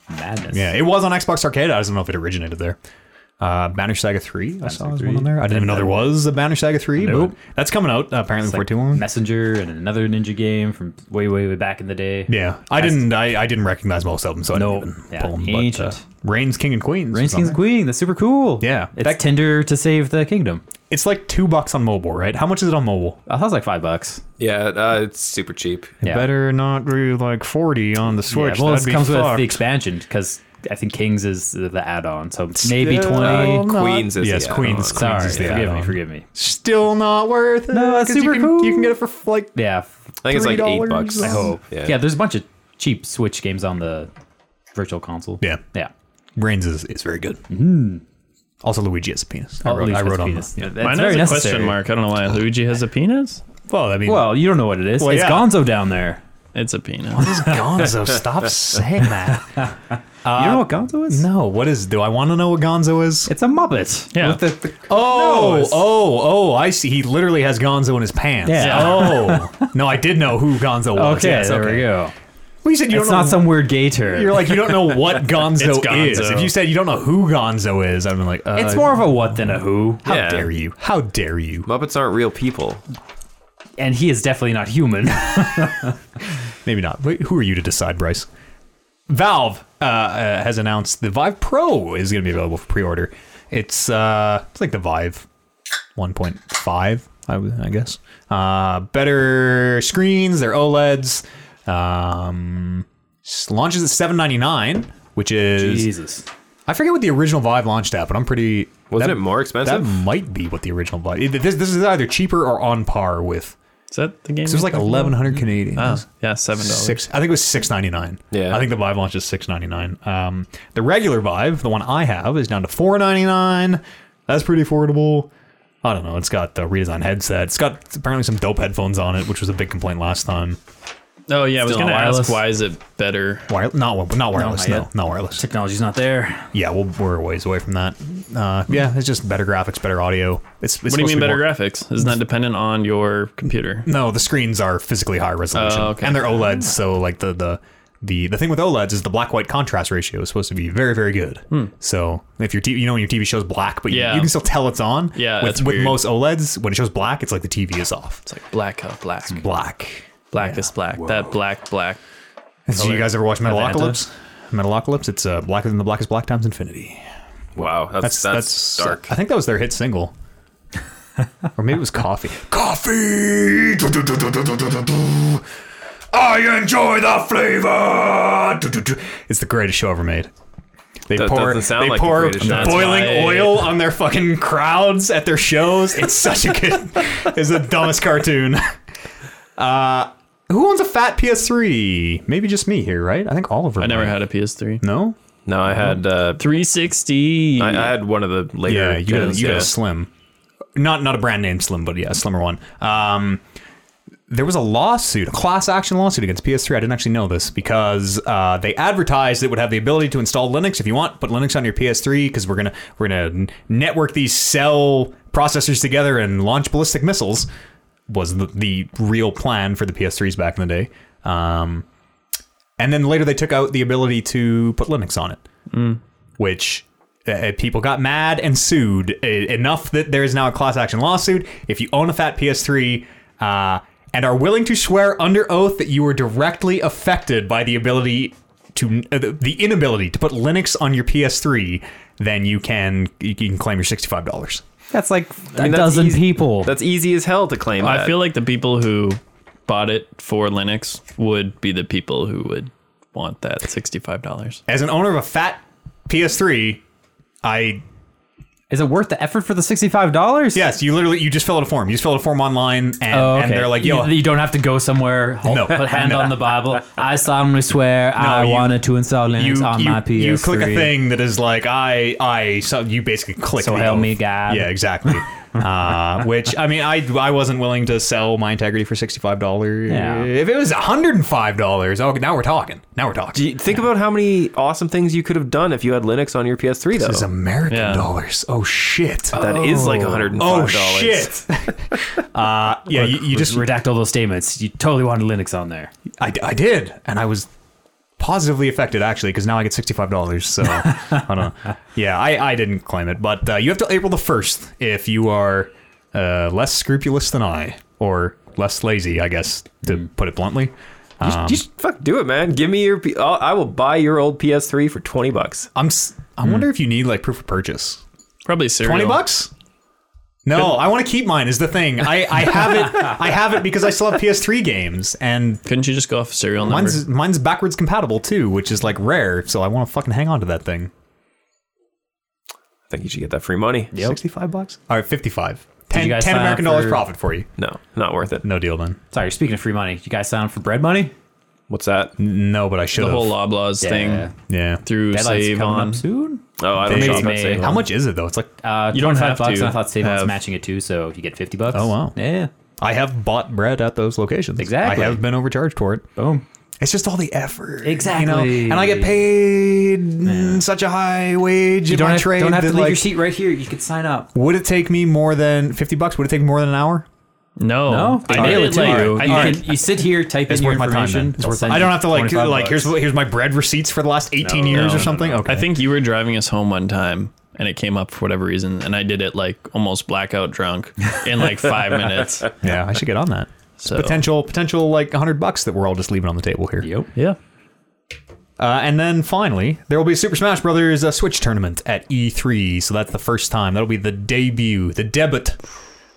Madness.
Yeah, it was on Xbox Arcade. I just don't know if it originated there. Uh, Banner Saga Three. I saw was one on there. I didn't even know there was a Banner Saga Three. But that's coming out uh, apparently before
Like
too long.
Messenger and another ninja game from way, way, way back in the day.
Yeah, I didn't. I, I didn't recognize most of them, so
No,
I didn't even
yeah,
pull them. But, uh,
ancient.
Reigns King and Queens.
Reigns
was on
King's
there.
Queen. That's super cool.
Yeah.
It's
That-
Tinder to save the kingdom.
It's like two bucks on mobile, right? How much is it on mobile?
Oh, that was like five bucks.
Yeah, uh, it's super cheap.
Yeah.
Better not be like forty on the
Yeah,
Switch.
well,
That'd
it
be
comes with
fucked.
the expansion because I think Kings is the the add-on, so maybe
Still
twenty.
not-
Queens is
yes,
the
Queens.
add-on.
Queens
Sorry,
is the
forgive me,
add-on.
forgive me.
Still not worth it.
No, that's
'cause you
super
can,
cool.
You can get it for like
Yeah,
I think it's like eight
$3
bucks.
I
I hope.
Yeah.
Yeah. there's a bunch of cheap Switch games on the virtual console.
Yeah.
Yeah.
Brains is, is very good.
Mm-hmm.
Also, Luigi has a penis. I
At
wrote,
least
I
with
wrote on
penis.
this. Yeah.
That's
Mine
very
has a
necessary.
question mark. I don't know why. Luigi has a penis?
Well, I mean,
Well, you don't know what it is.
Well,
it's
yeah.
Gonzo down there.
It's a penis.
Gonzo, stop saying that.
you
Uh,
know what Gonzo is?
No, what is? Do I want to know what Gonzo is?
It's a Muppet.
Yeah.
With the, the-
Oh,
nose.
oh, oh! I see. He literally has Gonzo in his pants.
Yeah.
Oh, no, I did know who Gonzo was.
okay,
Yes,
there we go.
Well, you said you
It's
don't
not
know.
some weird gay term.
you're like you don't know what Gonzo,
Gonzo.
is. If you said you don't know who Gonzo is, I'm like, uh,
it's more of a what than a who.
How
Yeah.
dare you? How dare you?
Muppets aren't real people.
And he is definitely not human.
Maybe not. Wait, who are you to decide, Bryce? Valve uh, uh, has announced the Vive Pro is going to be available for pre-order. It's uh, it's like the Vive 1.5, I, w- I guess. Uh, better screens, they're OLEDs. Um, s- launches at 7.99, which is
Jesus.
I forget what the original Vive launched at, but I'm pretty.
Wasn't
that-
it more
That
expensive?
might be what the original Vive. it- This this is either cheaper or on par with.
Is that the game?
It was like
you're talking
1100 Canadian.
about? Oh, yeah, seven dollars.
Six. I think it was six ninety nine.
Yeah.
I think the Vive launch is six ninety nine. Um, the regular Vive, the one I have, is down to four ninety nine. That's pretty affordable. I don't know. It's got the redesigned headset. It's got apparently some dope headphones on it, which was a big complaint last time.
Oh yeah, I was
Still
gonna
wireless.
ask why is it better?
Wire, not wi- not wireless.
not
No,
yet.
not, wireless.
Technology's not there.
Yeah, we'll, we're a ways away from that. Uh, yeah, it's just better graphics, better audio. It's, it's
What do you
supposed to
mean
be
better
more- Mm.
graphics? Isn't that dependent on your computer?
No, the screens are physically higher resolution,
Oh, okay.
and they're OLEDs. So like the the the the thing with OLEDs is the black white contrast ratio is supposed to be very very good. So if your TV, you know, when your TV shows black, but you-
Hmm. Yeah.
you, can still tell it's on.
Yeah,
with,
that's
with
weird.
most OLEDs, when it shows black, it's like the TV is off.
It's like black up black.
Black.
Black is black. That black black.
So you guys ever watch Metalocalypse?
Atlanta?
Metalocalypse. It's uh, blacker than the blackest black times infinity.
Wow, that's that's, dark.
I think that was their hit single. or maybe it was coffee. Coffee. I enjoy the flavor. It's the greatest show ever made. They
That
pour,
doesn't sound
they
like the
pour
greatest show. That's
boiling
why-
oil on their fucking crowds at their shows. It's such a good. it's the dumbest cartoon. Uh, who owns a fat PS3? Maybe just me here, right? Mm. I think Oliver.
I never had a PS3.
No.
no, I had uh,
360.
I, I had one of the later.
Yeah, you got a,
gens,
you got
yeah.
a slim, not not a brand name slim, but yeah, a slimmer one. Um, there was a lawsuit, a class action lawsuit against PS3. I didn't actually know this because uh, they advertised it would have the ability to install Linux if you want, put Linux on your PS3 because we're gonna we're gonna n- network these cell processors together and launch ballistic missiles. Was the, the real plan for the PS3s back in the day. Um, and then later they took out the ability to put Linux on it, which uh, people got mad and sued uh, enough that there is now a class action lawsuit. If you own a fat PS3 uh, and are willing to swear under oath that you were directly affected by the ability to uh, the- the inability to put Linux on your PS3, then you can you can claim your sixty five dollars.
That's like
mean,
a
that's
dozen
easy-
people.
That's easy as hell to claim.
I
that.
feel like the people who bought it for Linux would be the people who would want that $65.
As an owner of a fat PS3, I
Is it worth the effort for the sixty-five dollars?
yes, you literally you just fill out a form. You just fill out a form online, and,
Oh, okay.
and they're like, yo.
you, you don't have to go somewhere. Hold,
No.
put hand on the Bible. I solemnly swear I
you-
wanted to install Linux on my PS3.
you click a thing that is like I I so you basically click.
So
the
help
oath.
me God.
Yeah, exactly. uh, which I mean, I I wasn't willing to sell my integrity for sixty five dollars.
Yeah.
If it was hundred and five dollars, oh, now we're talking. Now we're talking.
Do you- think about how many awesome things you could have done if you had Linux on your PS3 though.
This is American
Yeah.
dollars. Oh shit.
That is like 105
oh
dollars.
shit. uh, yeah, you, you
Just
just
redact all those statements. You totally wanted Linux on there.
I, I did, and I was positively affected actually because now I get sixty five dollars. So I don't know. Yeah, I, I didn't claim it, but uh, you have till April the first if you are uh, less scrupulous than I or less lazy, I guess to put it bluntly. Um,
Just fuck do it, man. Give me your. P- I'll, I will buy your old PS3 for 20 bucks.
I'm s- I wonder if you need like proof of purchase.
Probably serial.
Twenty bucks. No, I want to keep mine. Is the thing I, I have it. I have it because I still have PS3 games, and
Couldn't you just go off serial number?
mine's mine's backwards compatible too, which is like rare. So I want to fucking hang on to that thing.
I think you should get that free money.
65 bucks? All right, 55. 10,
you guys
10
sign up
American dollars
for-
profit for you.
No, not worth it.
No deal then.
Sorry, you're speaking of free money. You guys sign up for bread money?
What's that?
No, but I should
The
have.
whole Loblaws
Yeah.
thing
Yeah.
through
Deadline's
Save
coming
On.
up soon.
Oh, I don't
Maybe
know.
it's
if that's
May.
it.
How much is it though? It's like
Uh,
You don't
25
have
bucks,
to
And I thought Save On's
have-
matching it too, so you get 50 bucks.
Oh, wow.
Yeah.
I have bought bread at those locations.
Exactly.
I have been overcharged for it.
Boom.
It's just all the effort. You know?
Exactly.
And I get paid mm, such a high wage
You
in
don't
my
have,
trade.
don't have to
that,
leave your
like,
seat right here. You could sign up.
Would it take me more than 50 bucks? Would it take me more than an hour?
No,
No,
I did it like
you.
I
you,
did-
can, you sit here, type in your
worth my time,
information.
then. It's worth- I don't have to like like here's what- here's my bread receipts for the last 18 years
no,
or something. Okay.
Um, I think you were driving us home one time and it came up for whatever reason and I did it like almost blackout drunk in like 5 minutes.
yeah, I should get on that. It's
So-
potential potential like 100 bucks that we're all just leaving on the table here.
Yep.
Yeah.
Uh, and then finally, there will be a Super Smash Brothers uh, Switch tournament at E3. So that's the first time. That'll be the debut, the debut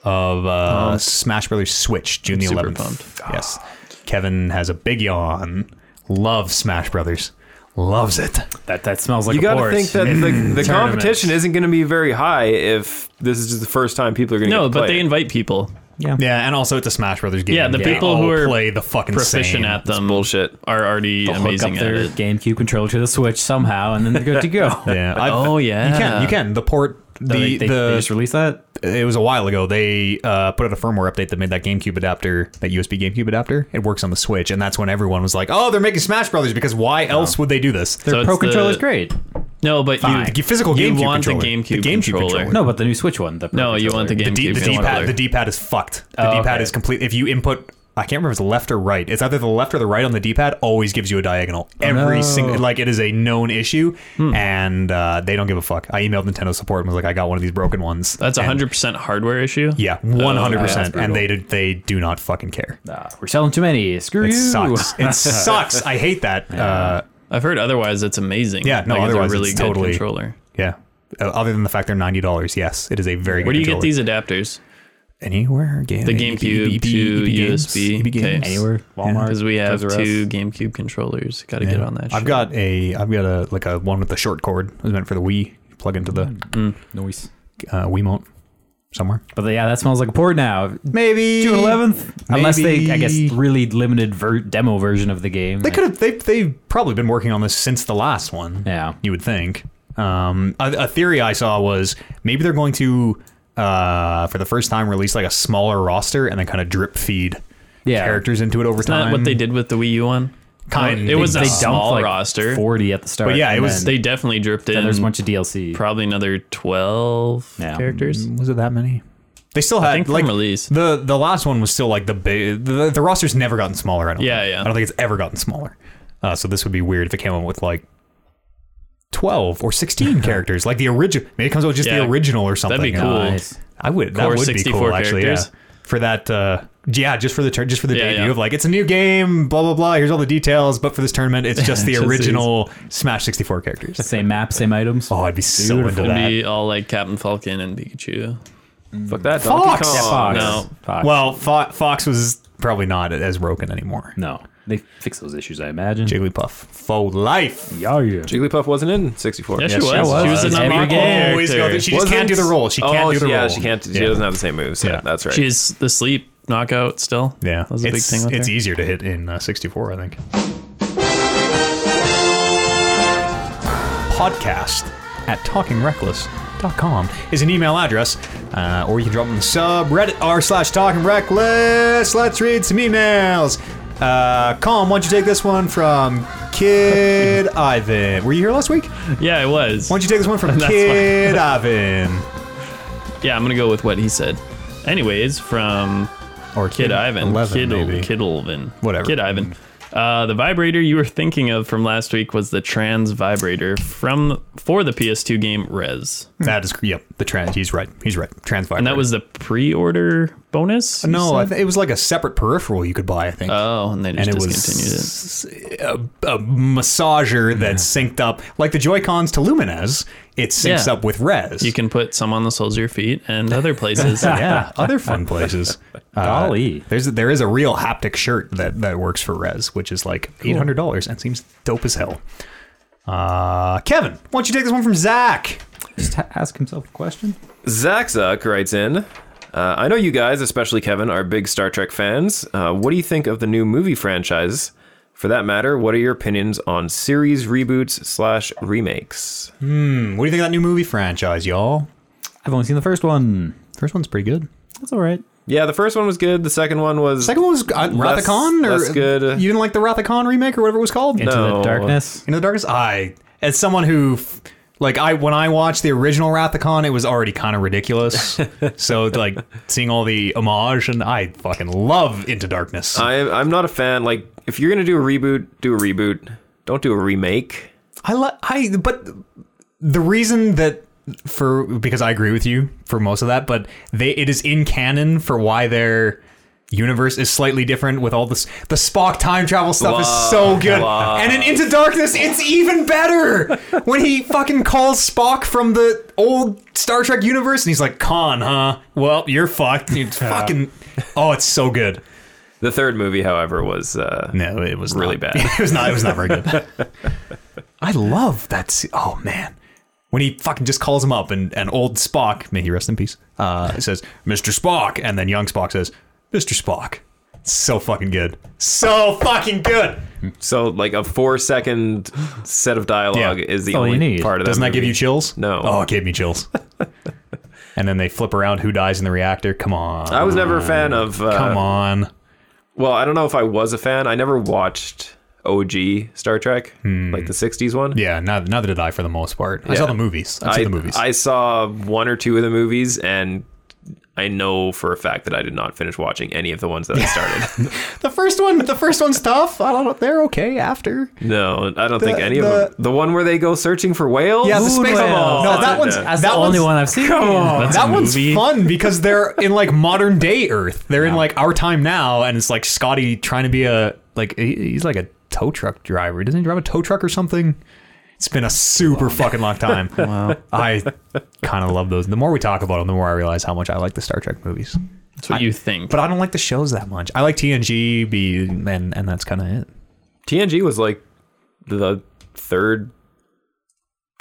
of uh, Smash Brothers Switch, June the
Super
11th.
pumped.
Yes. Kevin has a big yawn. Loves Smash Brothers. Loves it.
That that smells like
You
a
got to
port.
think that the, the competition isn't going to be very high if this is just the first time people are going get
No,
to
but
play
they
it.
invite people.
Yeah, and also it's a Smash Brothers game.
Yeah, the
They
people
all
who are
play the fucking
Proficient
same.
at them
bullshit.
are already
They'll
amazing
hook
at
up their
it.
GameCube controller to the Switch somehow, and then they're good to go.
Yeah. I've-
Oh, yeah.
You can. You can. The port. The,
So they, they,
the
they just released that.
it was a while ago. They uh, put out a firmware update that made that GameCube adapter, that USB GameCube adapter, it works on the Switch, and that's when everyone was like, "Oh, they're making Smash Brothers because why else would they do this?"
So
They're-
it's
Pro
the-
controller's great.
No, but you,
the physical
you
GameCube
want
controller.
the GameCube,
The GameCube
controller.
controller.
No, but the new Switch one. The Pro
No, you want the
controller.
the, D,
GameCube
the D-pad,
controller.
the D-pad is fucked. The
Oh,
D-pad
okay.
is complete. If you input, I can't remember if it's left or right. It's either the left or the right on the D-pad. Always gives you a diagonal. Every
no.
single, like it is a known issue, and uh, they don't give a fuck. I emailed Nintendo support and was like, "I got one of these broken ones."
That's a
And-
100% hardware issue.
Yeah, one hundred percent,
brutal.
and they do- they do not fucking care.
Nah, Uh, we're selling too many. Screw
It
you.
sucks. It sucks. I hate that. Uh,
I've heard otherwise it's amazing.
Yeah, no,
like,
otherwise
it's a really
it's
good
totally-
controller.
yeah. Uh, Other than the fact they're ninety dollars, yes, it is a very. good
Where do you get
controller.
these adapters?
Anywhere. Game,
The GameCube to USB. Okay.
Anywhere, Walmart.
Because we have
Toys R Us.
two GameCube controllers. Got to get on that.
I've
shit.
got a. I've got a like a one with the short cord. It was meant for the Wii. Plug into the
noise.
uh, Wiimote somewhere.
But yeah, that smells like a port now.
Maybe
June 11th, unless they, I guess,
Maybe.
really limited ver- demo version of the game.
They could have. They they've probably been working on this since the last one.
Yeah.
you would think. Um, a, a theory I saw was maybe they're going to, uh, for the first time, release like a smaller roster and then kind of drip feed
Yeah.
characters into it over
Isn't
time.
that what they did with the Wii U one?
Kind-
It was
they-
a
they
Oh, dumped,
small
like,
roster.
forty at the start.
But yeah, it
and
was-
then-
They definitely dripped in.
then there's a bunch of DLC.
probably another twelve
Yeah.
characters.
Mm, Was it that many? They still had
think from
like
release.
the the last one was still like the big the, the roster's never gotten smaller. I don't
Yeah,
think.
yeah.
I don't think it's ever gotten smaller. Uh, so this would be weird if it came out with like twelve or sixteen characters, like the original. Maybe it comes out with just
Yeah.
the original or something.
That'd be cool.
Nice.
I would. That
Core
would be
64
cool, actually. Yeah.
characters.
For that, uh, yeah, just for the tur- just for the
Yeah,
debut
yeah.
of like it's a new game, blah blah blah. Here's all the details, but for this tournament, it's just the
Just
original Smash 64 characters.
Same map, same items.
Oh, I'd be so
Beautiful.
into
It'd
that.
be all like Captain Falcon and Pikachu.
Fuck that.
Fox!
Donkey
Yeah,
Kong.
Fox.
no.
Fox.
Well, Fo- Fox was probably not as broken anymore.
no, they fix those issues, I imagine.
Jigglypuff for life.
Yeah, yeah.
Jigglypuff wasn't in 64.
Yeah, she
Yes,
was.
she was.
She was an
Every
unlockable
game.
Always go. She
character.
just can't
Wasn't-
do the roll. She
Oh,
can't do the
yeah,
roll.
she can't. She
Yeah.
doesn't have the same moves. Yeah,
Yeah.
that's right.
She's the sleep knockout still.
Yeah,
that was a
it's,
big thing with
it's
her.
easier to hit in uh, 64, I think. Podcast at talkingreckless.com is an email address, uh, or you can drop them in the subreddit r slash talking reckless. Let's read some emails. Uh, Calm, why don't you take this one from Kid Ivan? Were you here last week? Why
Yeah, it was.
don't you take this one from
That's fine.
Kid Ivan?
Yeah, I'm gonna go with what he said. Anyways, from
Or
Kid Ivan.
11,
Kiddle,
maybe.
Kiddlevin.
Whatever.
Kid Ivan. Uh, the vibrator you were thinking of from last week was the trans vibrator from for the PS2 game Res,
That is, yep, the trans. He's right. He's right. Trans
and that was the pre-order bonus. you
Uh, No, I
said?
th- it was like a separate peripheral you could buy, I think.
oh, and they just
and it
discontinued it.
was a, a massager that synced up, like the Joy Cons to Lumines, it syncs
Yeah.
up with Res.
You can put some on the soles of your feet and other places.
yeah, other fun places. Uh,
Golly.
there's there is a real haptic shirt that that works for Res, which is like eight hundred dollars and seems dope as hell. Uh, Kevin, why don't you take this one from Zach?
Just ha- ask himself a question.
Zach Zuck writes in. Uh, I know you guys, especially Kevin, are big Star Trek fans. Uh, what do you think of the new movie franchise For that matter, what are your opinions on series reboots slash remakes?
What do you think of that new movie franchise, y'all?
I've only seen the first one.
First one's pretty good.
That's all right.
Yeah, the first one was good. The second one was
Second one was uh,
Less-
Rathacon, or
less good.
You didn't like the Rathacon remake or whatever it was called?
Into
No.
the darkness.
Into the Darkness. I, as someone who, f- like, I when I watched the original Rathacon, it was already kind of ridiculous. so like seeing all the homage, and I fucking love Into Darkness.
I, I'm not a fan. Like, if you're gonna do a reboot, do a reboot. Don't do a remake.
I like I but the reason that for because I agree with you for most of that, but they it is in canon for why their universe is slightly different with all this the Spock time travel stuff is so good.
Blah.
And in Into Darkness, it's even better. when he fucking calls Spock from the old Star Trek universe and he's like, "Khan, huh? Well, you're fucked." It's fucking Oh, it's so good.
The third movie, however, was uh,
No, it was
really
not-
bad.
it was not. It was not very good. I love that. se- Oh man, when he fucking just calls him up and and old Spock, may he rest in peace, uh, says Mr. Spock, and then young Spock says Mr. Spock. So fucking good. So fucking good.
so like a four second set of dialogue
Yeah.
is the
That's all you
only
need.
part of that.
Doesn't that give
movie.
you chills?
No.
Oh, it gave me chills. and then they flip around. Who dies in the reactor? Come on.
I was never a fan of. Uh,
Come on.
Well, I don't know if I was a fan. I never watched OG Star Trek, like the '60s one.
Hmm. Yeah, neither, neither did I for the most part. I saw the movies. I saw
I,
the movies.
I saw one or two of the movies, and I know for a fact that I did not finish watching any of the ones that I started.
the first one, the first one's tough. I don't know. They're okay after.
no, I don't think
The-
any
the-
of them. The one where they go searching for whales.
Yeah, the space.
Come on.
No, that one's
That's
that
the only
one's-
one I've seen. Come That's
that
a
one's
movie.
fun because they're in like modern day Earth. They're in like our time now, and it's like Scotty trying to be a like he- he's like a tow truck driver. Doesn't he drive a tow truck or something? It's been a super fucking long time. wow. I kind of love those. The more we talk about them, the more I realize how much I like the Star Trek movies.
That's what you think.
But I don't like the shows that much. I like TNG, B, and and that's kind of it.
TNG was like the third,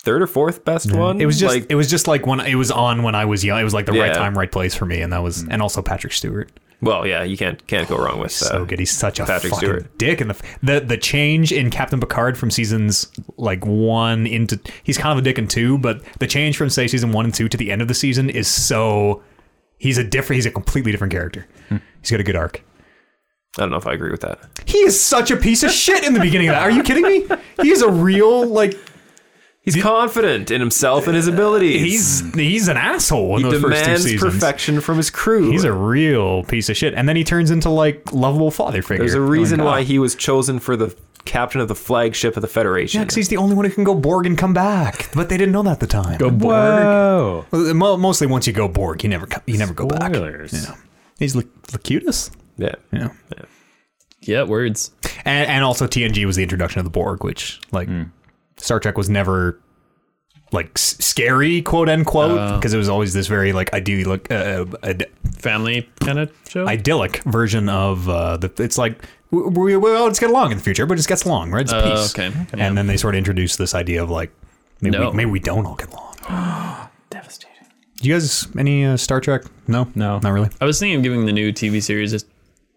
third or fourth best one.
It was just
like
it was just like when it was on when I was young. It was like the
Yeah. Mm.
right time, right place for me, and that was and also Patrick Stewart.
well, yeah, you can't can't go wrong with
so
uh,
good. He's such a
Patrick
fucking
Stewart.
dick. And the, the the change in Captain Picard from seasons like one into he's kind of a dick in two, but the change from say season one and two to the end of the season is so he's a different. He's a completely different character. He's got a good arc.
I don't know if I agree with that.
He is such a piece of shit in the beginning of that. Are you kidding me? He is a real like
He's confident in himself and his abilities.
he's he's an asshole in
he
those first two
demands
seasons.
perfection from his crew.
He's a real piece of shit, and then he turns into like lovable father figure.
There's a
Like,
reason
oh.
why he was chosen for the captain of the flagship of the Federation.
Yeah, 'cause he's the only one who can go Borg and come back. But they didn't know that at the time. Go
Whoa.
Well, mo- Mostly once you go Borg, you never co- you never go back.
Spoilers.
You know. He's the the cutest.
yeah.
You know.
Yeah, words.
And and also TNG was the introduction of the Borg, which like
Hmm.
Star Trek was never like s- scary quote unquote
Oh.
because it was always this very like idyllic uh, uh, id-
Family kind of show.
idyllic version of uh, the it's like we, we, we all just get along in the future but it just gets along right it's
Uh,
peace
okay.
and then they sort of introduced this idea of like maybe,
No.
we, maybe we don't all get along devastating do you guys any uh, Star Trek no
No.
not really
I was thinking of giving the new TV series a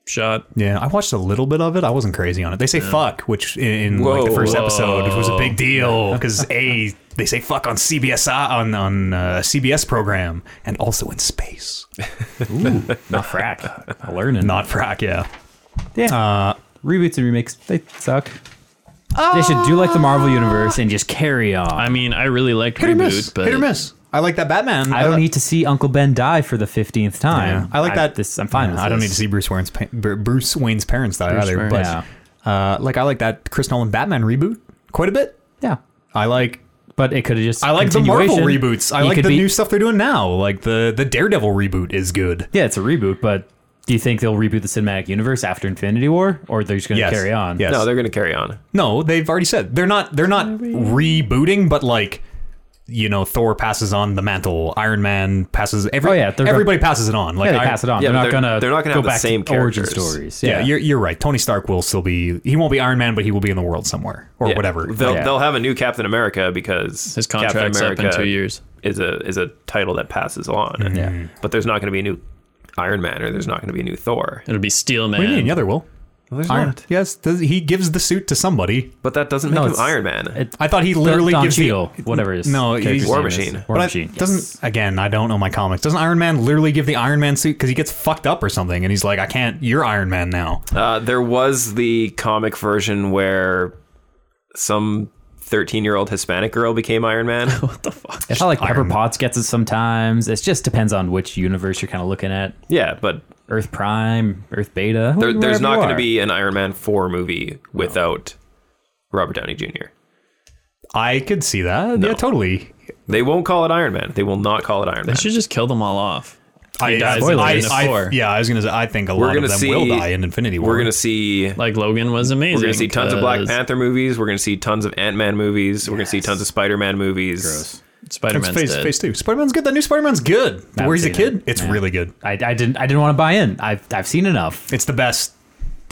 shot.
Yeah, I watched a little bit of it. I wasn't crazy on it. They say fuck, which in, in like the
Whoa.
first
Whoa.
episode, which was a big deal because a they say fuck on CBS on on uh, CBS program and also in space.
Ooh, not frack. Learning.
Not frack, yeah.
Yeah.
Uh,
Reboots and remakes, they suck. they should do like the Marvel universe and just carry on.
I
i
mean, I really liked
hit or
reboot,
miss.
but
Hit or miss. I like that Batman.
don't
li-
need to see Uncle Ben die for the fifteenth time.
Yeah, I like that.
This, I'm fine.
Yeah,
with
I don't
this.
need to see Bruce Wayne's pa- Br- Bruce Wayne's parents die either.
Wayne.
But
Yeah.
uh, like I like that Chris Nolan Batman reboot quite a bit.
Yeah,
I like
but it could have just.
I like the Marvel
continuation.
reboots. I
You
like
could
the
be-
new stuff they're doing now. Like the the Daredevil reboot is good.
Yeah, it's a reboot, but do you think they'll reboot the cinematic universe after Infinity War, or they're just going to
Yes.
carry on?
Yes.
No, they're going to carry on.
No, they've already said they're not. They're not rebooting, but like you know, Thor passes on the mantle. Iron Man passes. Every,
Oh, yeah, they're gonna-
everybody passes it on. Like
yeah, they
Iron-
pass it on.
Yeah, but
they're not
they're-
going to.
they're not gonna
go
have the
back
same
to origin
characters.
stories.
Yeah, you're, you're right. Tony Stark will still be. He won't be Iron Man, but he will be in the world somewhere or
Yeah.
whatever.
They'll,
Yeah.
they'll have a new Captain America because
his
Captain
contract's up
America
in two years.
is a is a title that passes on. But there's not going to be a new Iron Man or there's not going to be a new Thor.
It'll be Steel Man.
What do you mean? Yeah, there will.
Well, there's
Iron,
not.
yes, does, he gives the suit to somebody.
But that doesn't make
No,
him
it's-
Iron Man.
It,
I thought he literally
Don
gives
Cheadle,
the
whatever his
No, he's-
character's
War
name is.
Machine.
War
But I-
Machine. yes.
doesn't again. I don't know my comics. Doesn't Iron Man literally give the Iron Man suit because he gets fucked up or something, and he's like, "I can't. You're Iron Man now."
Uh, there was the comic version where some 13 year old Hispanic girl became Iron Man.
What the fuck?
It's not like Pepper
Iron Man.
Potts gets it sometimes. It just depends on which universe you're kind of looking at.
yeah, but
Earth Prime, Earth Beta.
there, there's
wherever
not
you
going to
are.
be an Iron Man 4 movie without Robert Downey Jr.
I could see that. Yeah, totally.
They won't call it Iron Man. They will not call it Iron Man.
They should just kill them all off.
I,
dies
I,
in
I,
Infinity
I-
War.
yeah, I was gonna say. I think a lot
gonna
of them
see-
will die in Infinity War.
We're going to see.
Like Logan was amazing.
We're gonna see tons of Black
'cause
Panther movies. We're gonna see tons of Ant Man movies. We're gonna see tons of Spider Man movies.
It's
Spider-Man's
phase,
dead.
phase two. Spider Man's good. That new Spider Man's good. Where he's a
seen it.
kid, it's
Yeah.
really good.
I, I didn't. I didn't want to buy in. I've I've seen enough.
It's the best.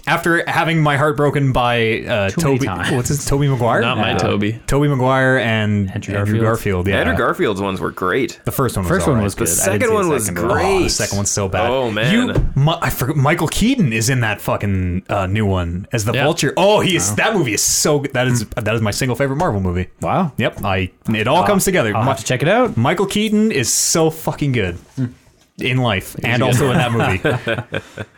After having my heart broken by uh,
Too many
Toby,
times.
what's his Toby Maguire?
Not my
Yeah.
Toby.
Toby Maguire and
Andrew
Andrew,
Garfield.
Garfield. Yeah,
Andrew Garfield's ones were great.
The first one.
First
was
one
alright.
was good.
The second one was great.
Oh, the second one's so bad.
Oh, man.
you, my, I forgot. Michael Keaton is in that fucking uh, new one as the
Yeah.
Vulture. Oh, he is. That movie is so good. That is that is my single favorite Marvel movie.
Wow.
Yep, I it all comes together.
I'll
Mi-
have to check it out.
Michael Keaton is so fucking good in life and
good.
also in that movie.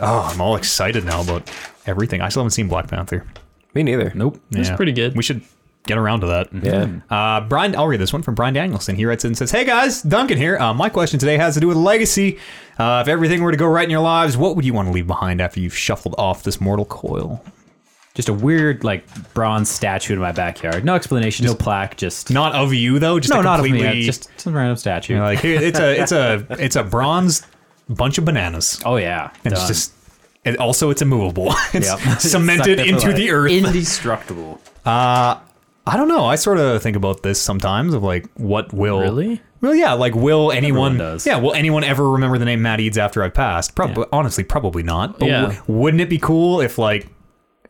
oh, I'm all excited now about everything. I still haven't seen Black Panther.
Me neither.
Nope.
It's
pretty good.
We should get around to that.
Yeah.
Uh, Brian, I'll read this one from Brian Danielson. He writes in and says, "Hey guys, Duncan here. Uh, my question today has to do with legacy. Uh, if everything were to go right in your lives, what would you want to leave behind after you've shuffled off this mortal coil?
Just a weird like bronze statue in my backyard. No explanation. no plaque. Just
Not of you though, just
no,
a
not of me.
completely
yeah, Just some random statue.
you know, like here, it's a it's a it's a bronze bunch of bananas.
oh yeah.
And it's
done.
just and also it's immovable. It's
Yep.
cemented
Sucked it for
into
life.
the earth.
Indestructible.
I don't know. I sort of think about this sometimes of like what will
Really?
Well, yeah, like will anyone?
does.
Yeah, will anyone ever remember the name Matt Eads after I've passed? Probably, honestly, probably not. But
Yeah.
w- wouldn't it be cool if like,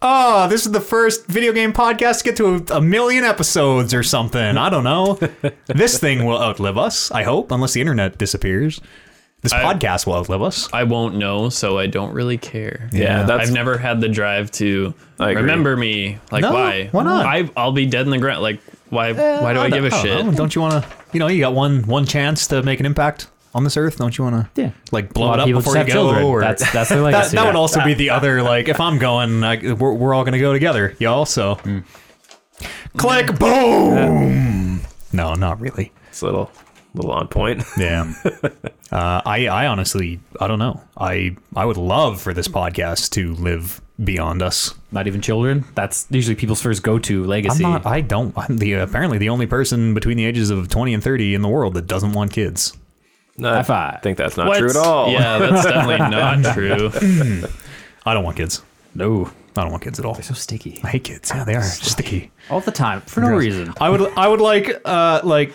oh, this is the first video game podcast to get to a, a million episodes or something? I don't know. this thing will outlive us, I hope, unless the internet disappears. This podcast will outlive us.
I won't know, so I don't really care.
Yeah,
that's-
I've never had the drive to
I agree.
remember me. Like
No,
why?
why not?
I I'll be dead in the ground. Like why? why do I, give a
don't
shit?
know. Don't you want to? You know, you got one one chance to make an impact on this earth. Don't you want to?
Yeah.
Like
A
blow
lot
it
of
up
people just
before you
have
go.
children.
Or
That's that's their
that,
legacy.
that would
Yeah.
also be the other like if I'm going, like, we're we're all gonna go together. Y'all so. Click boom. No, not really.
It's a little little on point.
Yeah. uh, I I honestly I don't know. I I would love for this podcast to live beyond us.
not even children. That's usually people's first go-to
I'm
legacy.
not. I don't. I'm the apparently the only person between the ages of 20 and 30 in the world that doesn't want kids.
No, I
High five.
think that's not
What?
true at all.
Yeah, that's definitely not true.
I don't want kids.
no,
I don't want kids at all.
so sticky
I hate kids. Yeah, they are sticky.
all the time for no
Gross.
reason.
I would I would like uh like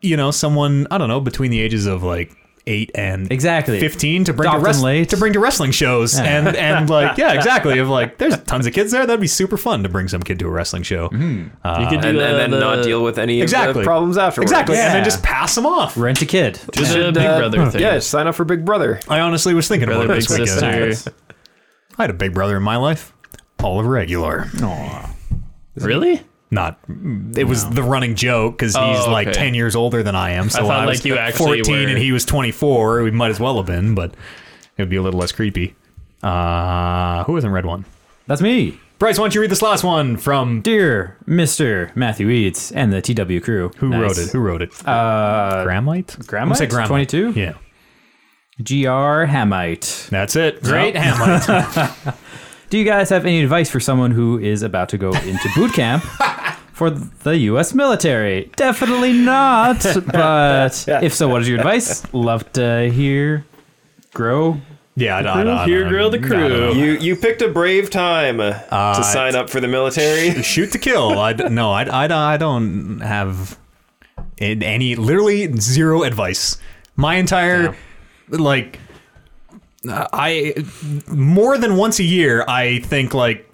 you know someone I don't know between the ages of like eight and
Exactly.
fifteen to bring to,
Adopt them
wrest-
late.
to bring to wrestling shows and and like yeah exactly of like there's tons of kids there that'd be super fun to bring some kid to a wrestling show
You could do
And, and then
uh,
not
the-
deal with any of
exactly
the problems afterwards.
exactly and then
Yeah.
just pass them off.
Rent a kid.
do the Big
Uh,
Brother thing.
Yeah, sign up for Big Brother.
I honestly was thinking
Brother,
about it
big
this weekend.
sister.
I had a big brother in my life, Oliver Regular.
Really?
Not it was the running joke because he's
Oh,
like
okay.
ten years older than I am. So
I thought,
when was
like, you actually
fourteen
were-
and he was twenty four. We might as well have been, but it would be a little less creepy. Uh, who hasn't read one?
That's me,
Bryce, why don't you read this last one from
dear Mister Matthew Eads and the TW crew.
who wrote it? Who wrote it? Uh, Gramite.
Gramite?
I'm gonna say Gramite.
22?
Yeah,
Gr Hamite.
that's it. Great
Yep.
Hamlet.
Do you guys have any advice for someone who is about to go into boot camp? For the U.S. military, definitely not. But if so, what is your advice? Love to hear. Grow.
yeah, I, I, I, I,
Here, grill the
I don't know.
crew.
You you picked a brave time to sign up for the military.
shoot to kill. I d- no, I, I, I don't have in- any literally zero advice. My entire like uh, I more than once a year I think like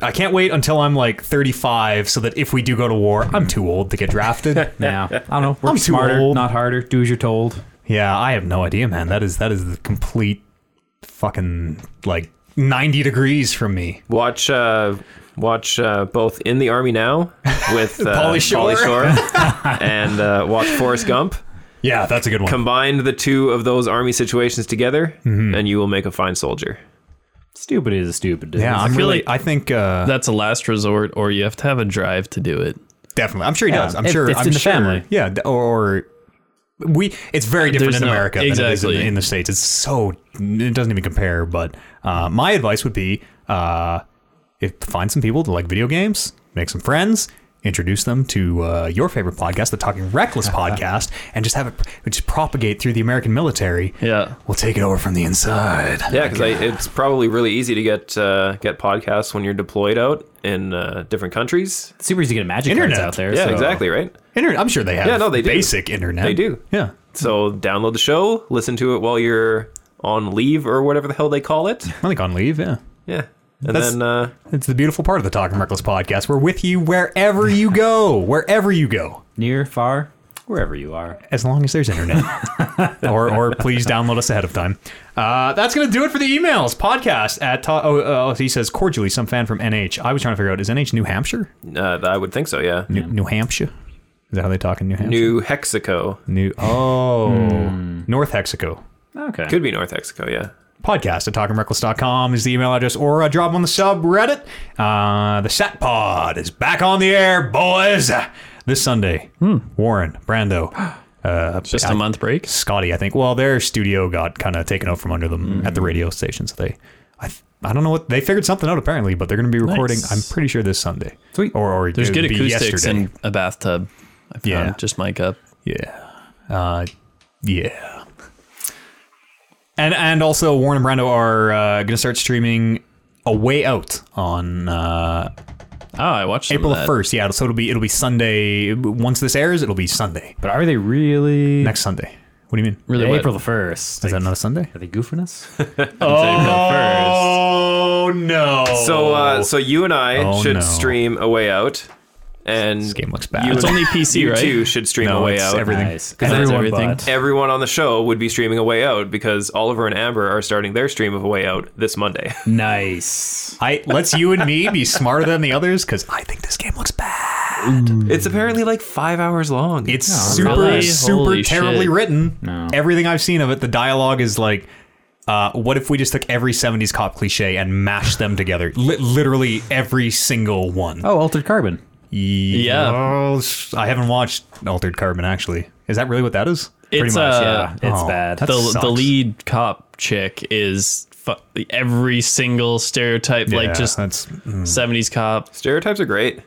I can't wait until I'm like 35 so that if we do go to war, I'm too old to get drafted.
Now, I don't know. Work
I'm too
smarter,
old.
not harder. Do as you're told.
yeah, I have no idea, man. That is that is the complete fucking like 90 degrees from me.
Watch uh, watch uh, both in the army now with uh,
Pauly Shore.
Shore and uh, watch Forrest Gump.
Yeah, that's a good one.
Combine the two of those army situations together,
Mm-hmm.
and you will make a fine soldier.
Stupid is a stupid. dude.
yeah, I'm
feel
really.
like
I think uh,
That's a last resort, or you have to have a drive to do it.
definitely. I'm sure he
Yeah,
does. I'm
it-
sure
it's
I'm
in the
sure-
family.
Yeah, d- or, or we. It's very different
There's
in
no-
America than it is in,
exactly.
in the states. It's so it doesn't even compare. But uh, my advice would be, uh, if find some people that like video games, make some friends. Introduce them to uh, your favorite podcast, the Talking Reckless podcast, and just have it just propagate through the American military.
Yeah.
We'll take it over from the inside.
Yeah, because it's probably really easy to get uh, get podcasts when you're deployed out in uh, different countries.
It's super easy to get magic
Internet.
cards out there.
Yeah,
so-
exactly, right.
Internet, I'm sure they have.
Yeah, no, they do.
basic internet.
They do.
Yeah,
So download the show, listen to it while you're on leave or whatever the hell they call it.
I think on leave. Yeah,
Yeah, and
That's-
then uh,
it's the beautiful part of the Talking Reckless podcast. We're with you wherever you go, wherever you go,
Near, far, wherever you are.
as long as there's internet. or, or please download us ahead of time. Uh, that's gonna do it for the emails podcast at. Ta- oh, uh, oh, he says cordially, some fan from NH. I was trying to figure out is NH New Hampshire,
uh, I would think so. Yeah,
New, New Hampshire. Is that how they talk in New Hampshire?
New Hexico
New oh, North Hexico.
Okay.
could be North Hexico. Yeah,
podcast at talkingreckless.com is the email address or uh, drop on the subreddit uh, the sat pod is back on the air boys this sunday
Hmm.
warren brando uh,
Just a
I-
month break.
scotty i think well their studio got kind of taken out from under them at the
Hmm.
radio station so they I, th- I don't know what they figured something out apparently but they're going to be recording
Nice.
i'm pretty sure this sunday
Sweet.
or, or
There's
it
good
would be
acoustics
yesterday.
in a bathtub. I found
Yeah.
just mic up.
Yeah. Uh, yeah. And and also Warren and Brando are uh, going to start streaming a way out on uh,
Oh, I watched some
April
of that.
first. Yeah, so it'll be it'll be Sunday. Once this airs, it'll be Sunday.
But are they really
Next Sunday. What do you mean?
Really
April
April.
the first?
Is that not a Sunday?
Are they goofing us?
April
Oh no!
So, uh, so you and I
Oh,
should
no.
stream a way out, and
this game looks bad.
you
It's
would-
only PC,
you
right?
too should stream
no,
a way
it's
out.
everything.
Nice.
'Cause
That's
everyone
everything.
bought-
Everyone on the show would be streaming a way out because Oliver and Amber are starting their stream of a way out this Monday.
Mm-hmm.
nice.
I let's you and me be smarter than the others because I think this game looks bad.
it's apparently like five hours long.
It's super,
really?
super
Holy
terribly
shit.
written.
No.
Everything I've seen of it, the dialogue is like, uh, what if we just took every 70s cop cliche and mashed them together? Li- literally every single one.
Oh, altered carbon.
Yeah. I haven't watched Altered Carbon, actually. Is that really what that is?
It's, uh,
it's
Oh,
bad.
that
The-
the,
sucks.
the lead cop chick is fu- every single stereotype,
Yeah,
like just
that's mm.
70s cop.
Stereotypes are great.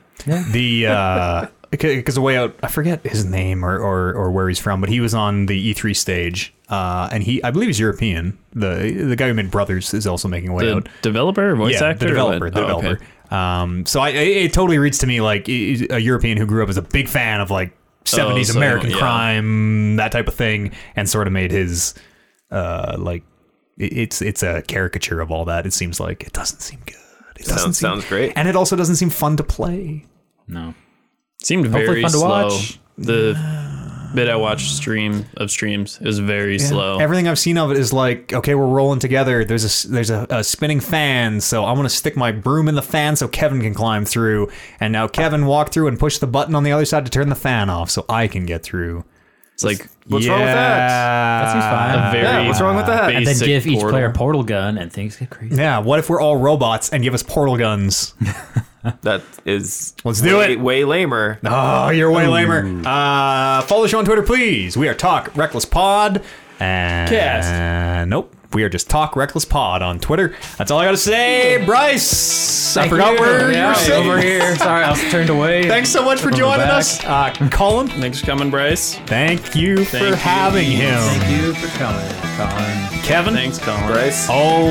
the uh because the way out i forget his name or, or or where he's from but he was on the e3 stage uh and he i believe he's european the the guy who made brothers is also making way
The
out
developer, voice
the
actor, or
developer,
what?
the
Oh, okay.
developer. Um, so I, it, it totally reads to me like i- i- a European who grew up as a big fan of like seventies
so,
American
Oh, yeah.
crime, that type of thing, and sort of made his uh, like i- it's it's a caricature of all that. It seems like it doesn't seem good. It doesn't
Sounds-
seem,
sounds great.
and it also doesn't seem fun to play.
no.
Seemed very
fun to
slow.
watch.
The bit I watched stream of streams is very slow.
Everything I've seen of it is like, okay, we're rolling together. There's a s- there's a, a spinning fan, so I'm gonna stick my broom in the fan so Kevin can climb through. And now Kevin walked through and pushed the button on the other side to turn the fan off, so I can get through.
it's like
What's wrong with that?
That seems fine.
a very
Yeah, what's wrong with that?
basic
and then give each
portal.
player a portal gun, and things get crazy.
Yeah, what if we're all robots and give us portal guns?
That is
Let's do
way,
it.
Way lamer.
Oh, you're way lamer. Uh, follow the show on Twitter, please. We are Talk Reckless Pod. And
Cast.
nope. We are just Talk Reckless Pod on Twitter. That's all I gotta say. Bryce, I forgot where you were sitting.
over here. Sorry, I was turned away.
Thanks so much for joining
back.
us. Uh, Colin,
Thanks for coming, Bryce.
thank you for
you.
having him.
Thank you for coming, Colin.
Kevin.
Thanks, Colin.
Bryce.
Oh,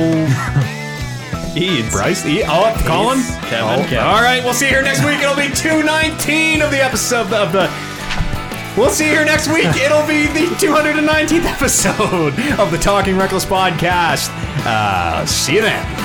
Eads.
Bryce. E- oh, Colin.
Kevin,
Oh,
Kevin.
All right, we'll see you here next week. It'll be 219 of the episode of the. We'll see you here next week. It'll be the 219th episode of the Talking Reckless podcast. Uh, see you then.